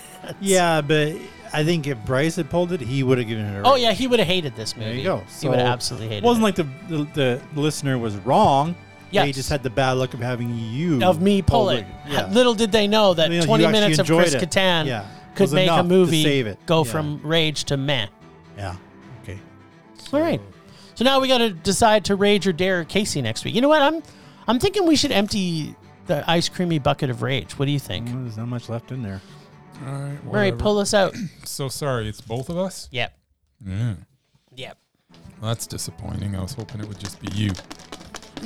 [SPEAKER 3] Yeah, but I think if Bryce had pulled it, he would have given it a rage.
[SPEAKER 2] oh yeah, he would have hated this movie.
[SPEAKER 3] There you go.
[SPEAKER 2] he would have absolutely hated.
[SPEAKER 3] wasn't
[SPEAKER 2] it.
[SPEAKER 3] like the, the the listener was wrong. Yeah, They
[SPEAKER 2] Yes.
[SPEAKER 3] just had the bad luck of having you
[SPEAKER 2] of me
[SPEAKER 3] pull
[SPEAKER 2] pulling.
[SPEAKER 3] Yeah.
[SPEAKER 2] Little did they know that
[SPEAKER 3] You know,
[SPEAKER 2] 20
[SPEAKER 3] you actually
[SPEAKER 2] minutes of
[SPEAKER 3] enjoyed
[SPEAKER 2] Chris
[SPEAKER 3] it.
[SPEAKER 2] Kattan
[SPEAKER 3] Yeah.
[SPEAKER 2] could
[SPEAKER 3] Was
[SPEAKER 2] make a
[SPEAKER 3] enough to
[SPEAKER 2] movie
[SPEAKER 3] save it.
[SPEAKER 2] go
[SPEAKER 3] Yeah.
[SPEAKER 2] from rage to meh.
[SPEAKER 3] yeah. Okay.
[SPEAKER 2] All right. So now we got to decide to rage or dare Casey next week. You know what? I'm I'm thinking we should empty the ice creamy bucket of rage. What do you think?
[SPEAKER 3] Well, there's not much left in there.
[SPEAKER 1] All right.
[SPEAKER 2] Murray,
[SPEAKER 1] whatever.
[SPEAKER 2] pull us
[SPEAKER 3] <clears throat>
[SPEAKER 2] out.
[SPEAKER 1] so sorry. It's both of us.
[SPEAKER 2] yep.
[SPEAKER 1] Yeah.
[SPEAKER 2] Yep.
[SPEAKER 1] Well, that's disappointing. I was hoping it would just be you.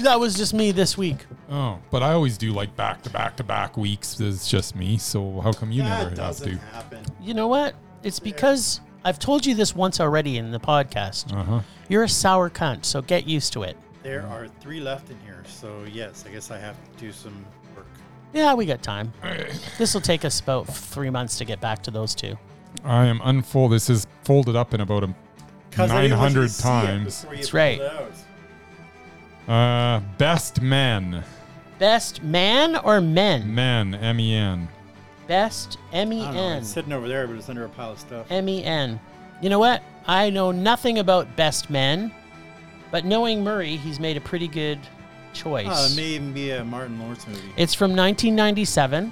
[SPEAKER 2] That was just me this week.
[SPEAKER 1] Oh, but I always do like back to back to back weeks. It's just me. So how come you never have to?
[SPEAKER 3] happen.
[SPEAKER 2] You know what? It's because I've told you this once already in the podcast.
[SPEAKER 1] Uh huh.
[SPEAKER 2] You're a sour cunt, so get used to it.
[SPEAKER 3] There are three left in here, so yes, I guess I have to do some work.
[SPEAKER 2] Yeah, we got time. This will take us about three months to get back to those two.
[SPEAKER 1] I am unfold. This is folded up in about a. 900 times.
[SPEAKER 2] That's right.
[SPEAKER 1] Uh, best men.
[SPEAKER 2] Best man or men?
[SPEAKER 1] Men. M E N.
[SPEAKER 2] Best M E
[SPEAKER 3] I don't know.
[SPEAKER 2] N.
[SPEAKER 3] It's sitting over there, but it's under a pile of stuff.
[SPEAKER 2] M E N. You know what? I know nothing about best men, but knowing Murray, he's made a pretty good choice.
[SPEAKER 3] Oh, it may even be a Martin Lawrence movie.
[SPEAKER 2] it's from 1997,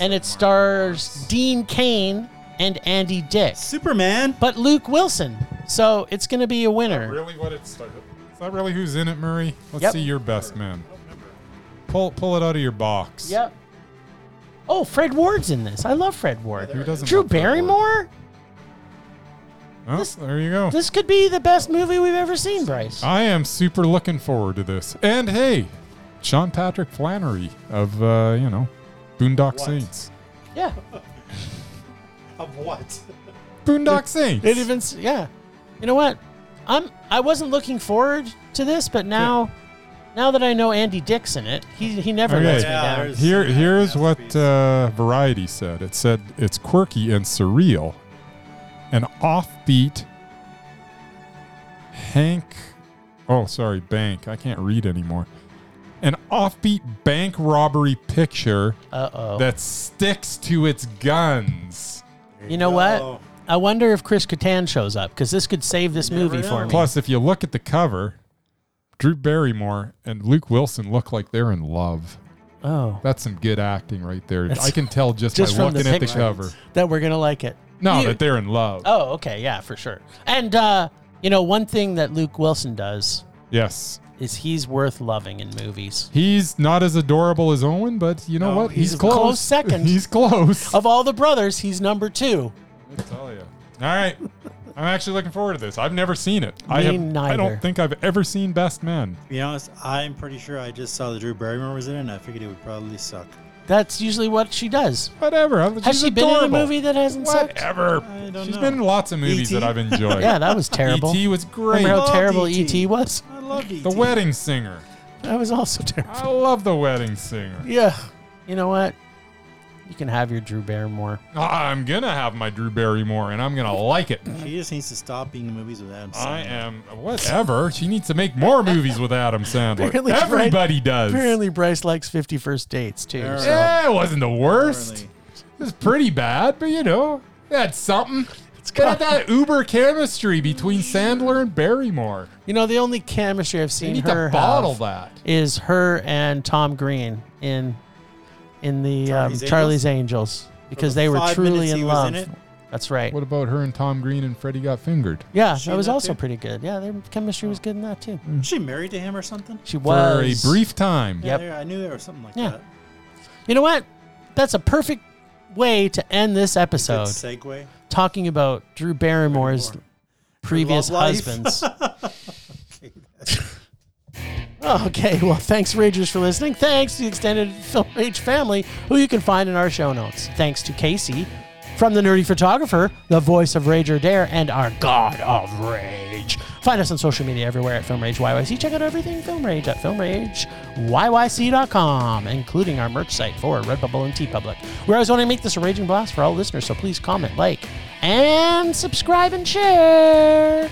[SPEAKER 2] and it stars Dean Kane and Andy Dick,
[SPEAKER 3] Superman.
[SPEAKER 2] but Luke Wilson. So it's going to be a winner.
[SPEAKER 1] Really, what it started. Is that really who's in it, Murray? Let's
[SPEAKER 2] Yep.
[SPEAKER 1] see your best man. Pull pull it out of your box.
[SPEAKER 2] Yep. Oh, Fred Ward's in this. I love Fred Ward.
[SPEAKER 1] Who doesn't?
[SPEAKER 2] Drew
[SPEAKER 1] love Fred Ward?
[SPEAKER 2] Barrymore?
[SPEAKER 1] Oh,
[SPEAKER 2] This-
[SPEAKER 1] there you go.
[SPEAKER 2] This could be the best movie we've ever seen, Bryce.
[SPEAKER 1] I am super looking forward to this. And hey, Sean Patrick Flannery of uh, you know, Boondock Saints.
[SPEAKER 2] Yeah.
[SPEAKER 3] Of what?
[SPEAKER 1] Boondock Saints.
[SPEAKER 2] It even s- yeah. You know what? I'm I wasn't looking forward to this, but now now that I know Andy Dick's in it, he he never
[SPEAKER 1] Okay.
[SPEAKER 2] lets
[SPEAKER 1] Yeah,
[SPEAKER 2] me down.
[SPEAKER 3] there's-
[SPEAKER 1] Here,
[SPEAKER 3] Yeah,
[SPEAKER 1] here's what
[SPEAKER 3] masterpiece.
[SPEAKER 1] uh, Variety said. It said it's quirky and surreal, an offbeat Hank. Oh, sorry, bank. I can't read anymore. An offbeat bank robbery picture
[SPEAKER 2] Uh oh.
[SPEAKER 1] that sticks to its guns.
[SPEAKER 2] You know
[SPEAKER 3] go.
[SPEAKER 2] what? I wonder if Chris Kattan shows up because this could save this
[SPEAKER 3] never
[SPEAKER 2] movie for
[SPEAKER 3] know.
[SPEAKER 2] me.
[SPEAKER 1] Plus, if you look at the cover, Drew Barrymore and Luke Wilson look like they're in love.
[SPEAKER 2] oh,
[SPEAKER 1] That's some good acting right there.
[SPEAKER 2] That's-
[SPEAKER 1] I can tell just,
[SPEAKER 2] just
[SPEAKER 1] by
[SPEAKER 2] from the
[SPEAKER 1] looking at the
[SPEAKER 2] picture.
[SPEAKER 1] cover.
[SPEAKER 2] that we're gonna like it.
[SPEAKER 1] No,
[SPEAKER 2] You-
[SPEAKER 1] that they're in love.
[SPEAKER 2] oh, okay, yeah, for sure. And uh, you know, one thing that Luke Wilson does
[SPEAKER 1] Yes.
[SPEAKER 2] is he's worth loving in movies.
[SPEAKER 1] He's not as adorable as Owen, but you know
[SPEAKER 3] No,
[SPEAKER 1] what?
[SPEAKER 3] he's
[SPEAKER 1] He's
[SPEAKER 2] a
[SPEAKER 1] close.
[SPEAKER 2] close
[SPEAKER 1] <laughs>
[SPEAKER 2] second. Oh.
[SPEAKER 1] He's close.
[SPEAKER 2] Of all the brothers, he's number two.
[SPEAKER 1] I tell you. All right. I'm actually looking forward to this. I've never seen it. I
[SPEAKER 2] Me
[SPEAKER 1] have. I
[SPEAKER 2] neither.
[SPEAKER 1] don't think I've ever seen Best Man.
[SPEAKER 3] To be honest, I'm pretty sure I just saw that Drew Barrymore was in it, and I figured it would probably suck.
[SPEAKER 2] That's usually what she does.
[SPEAKER 1] Whatever. I'm-
[SPEAKER 2] Has
[SPEAKER 1] she's
[SPEAKER 2] she been in a
[SPEAKER 1] adorable.
[SPEAKER 2] movie that hasn't sucked?
[SPEAKER 1] Whatever.
[SPEAKER 3] I don't
[SPEAKER 1] She's
[SPEAKER 3] know.
[SPEAKER 1] been in lots of movies
[SPEAKER 3] E.T.?
[SPEAKER 1] that I've enjoyed.
[SPEAKER 2] E Yeah, that
[SPEAKER 1] <laughs>
[SPEAKER 2] was terrible. E
[SPEAKER 1] E.T. was great.
[SPEAKER 2] Remember how
[SPEAKER 3] Loved
[SPEAKER 2] terrible
[SPEAKER 3] E.T.
[SPEAKER 2] ET was?
[SPEAKER 3] I E love E.T.
[SPEAKER 1] The Wedding Singer.
[SPEAKER 2] That was also terrible.
[SPEAKER 1] I love The Wedding Singer.
[SPEAKER 2] Yeah. You know what? You can have your Drew Barrymore.
[SPEAKER 1] I'm gonna have my Drew Barrymore, and I'm gonna like it.
[SPEAKER 3] She just needs to stop being in movies with Adam
[SPEAKER 1] I
[SPEAKER 3] Sandler.
[SPEAKER 1] am whatever. She needs to make more movies with Adam Sandler.
[SPEAKER 2] Apparently Fred-
[SPEAKER 1] Everybody does.
[SPEAKER 2] Apparently, Bryce likes 50 First Dates, too.
[SPEAKER 3] There
[SPEAKER 2] so-
[SPEAKER 1] Yeah, it wasn't the worst.
[SPEAKER 3] Apparently.
[SPEAKER 1] It was pretty bad, but you know, that's something. It's got that uber chemistry between Sandler and Barrymore.
[SPEAKER 2] You know, the only chemistry I've
[SPEAKER 1] They
[SPEAKER 2] seen
[SPEAKER 1] need
[SPEAKER 2] her
[SPEAKER 1] to bottle
[SPEAKER 2] have
[SPEAKER 1] that.
[SPEAKER 2] is her and Tom Green in in the um,
[SPEAKER 3] Charlie's
[SPEAKER 2] Charlie's Angels because they were
[SPEAKER 3] five
[SPEAKER 2] truly
[SPEAKER 3] minutes
[SPEAKER 2] in
[SPEAKER 3] he was
[SPEAKER 2] love.
[SPEAKER 3] in it.
[SPEAKER 2] That's right.
[SPEAKER 1] What about her and Tom Green and Freddie Got Fingered?
[SPEAKER 2] Yeah,
[SPEAKER 3] She
[SPEAKER 2] that
[SPEAKER 3] in
[SPEAKER 2] was
[SPEAKER 3] that
[SPEAKER 2] also
[SPEAKER 3] too?
[SPEAKER 2] pretty good. Yeah, their chemistry was good in that too.
[SPEAKER 3] Is she married to him or something?
[SPEAKER 2] She
[SPEAKER 1] For a
[SPEAKER 2] was
[SPEAKER 1] brief time.
[SPEAKER 2] Yep.
[SPEAKER 3] Yeah, there- I knew there was something like
[SPEAKER 2] Yeah.
[SPEAKER 3] that.
[SPEAKER 2] You know what? That's a perfect way to end this
[SPEAKER 3] Good
[SPEAKER 2] episode.
[SPEAKER 3] segue.
[SPEAKER 2] Talking about Drew Barrymore's
[SPEAKER 3] Barrymore.
[SPEAKER 2] previous
[SPEAKER 3] Her love life. <laughs>
[SPEAKER 2] husbands. okay, well, thanks, Ragers, for listening. Thanks to the extended Film Rage family, who you can find in our show notes. Thanks to Casey from The Nerdy Photographer, the voice of Rage or Dare, and our God of Rage. Find us on social media everywhere at Film Rage YYC. Check out everything Film Rage at filmrageyyc.com, including our merch site for Redbubble and TeePublic. We always want to make this a raging blast for all listeners, so please comment, like, and subscribe and share.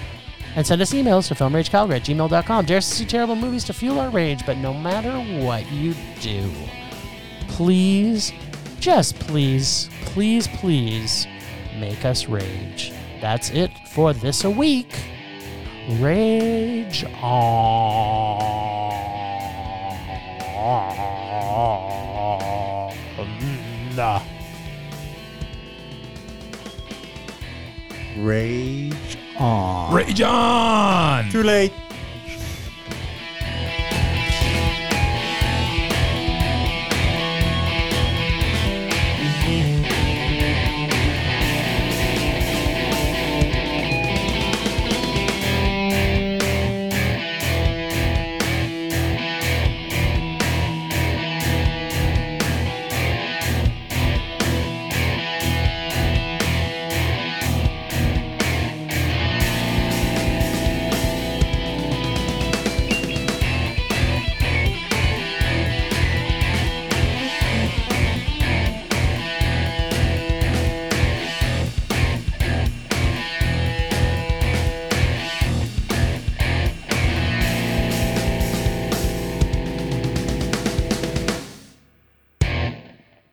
[SPEAKER 2] and send us emails to filmragecalgary at gmail.com. Dare us to see terrible movies to fuel our rage, but no matter what you do, please, just please, please, please make us rage. That's it for this a week. Rage on. Nah.
[SPEAKER 3] Rage on.
[SPEAKER 1] Rage on!
[SPEAKER 3] Too late.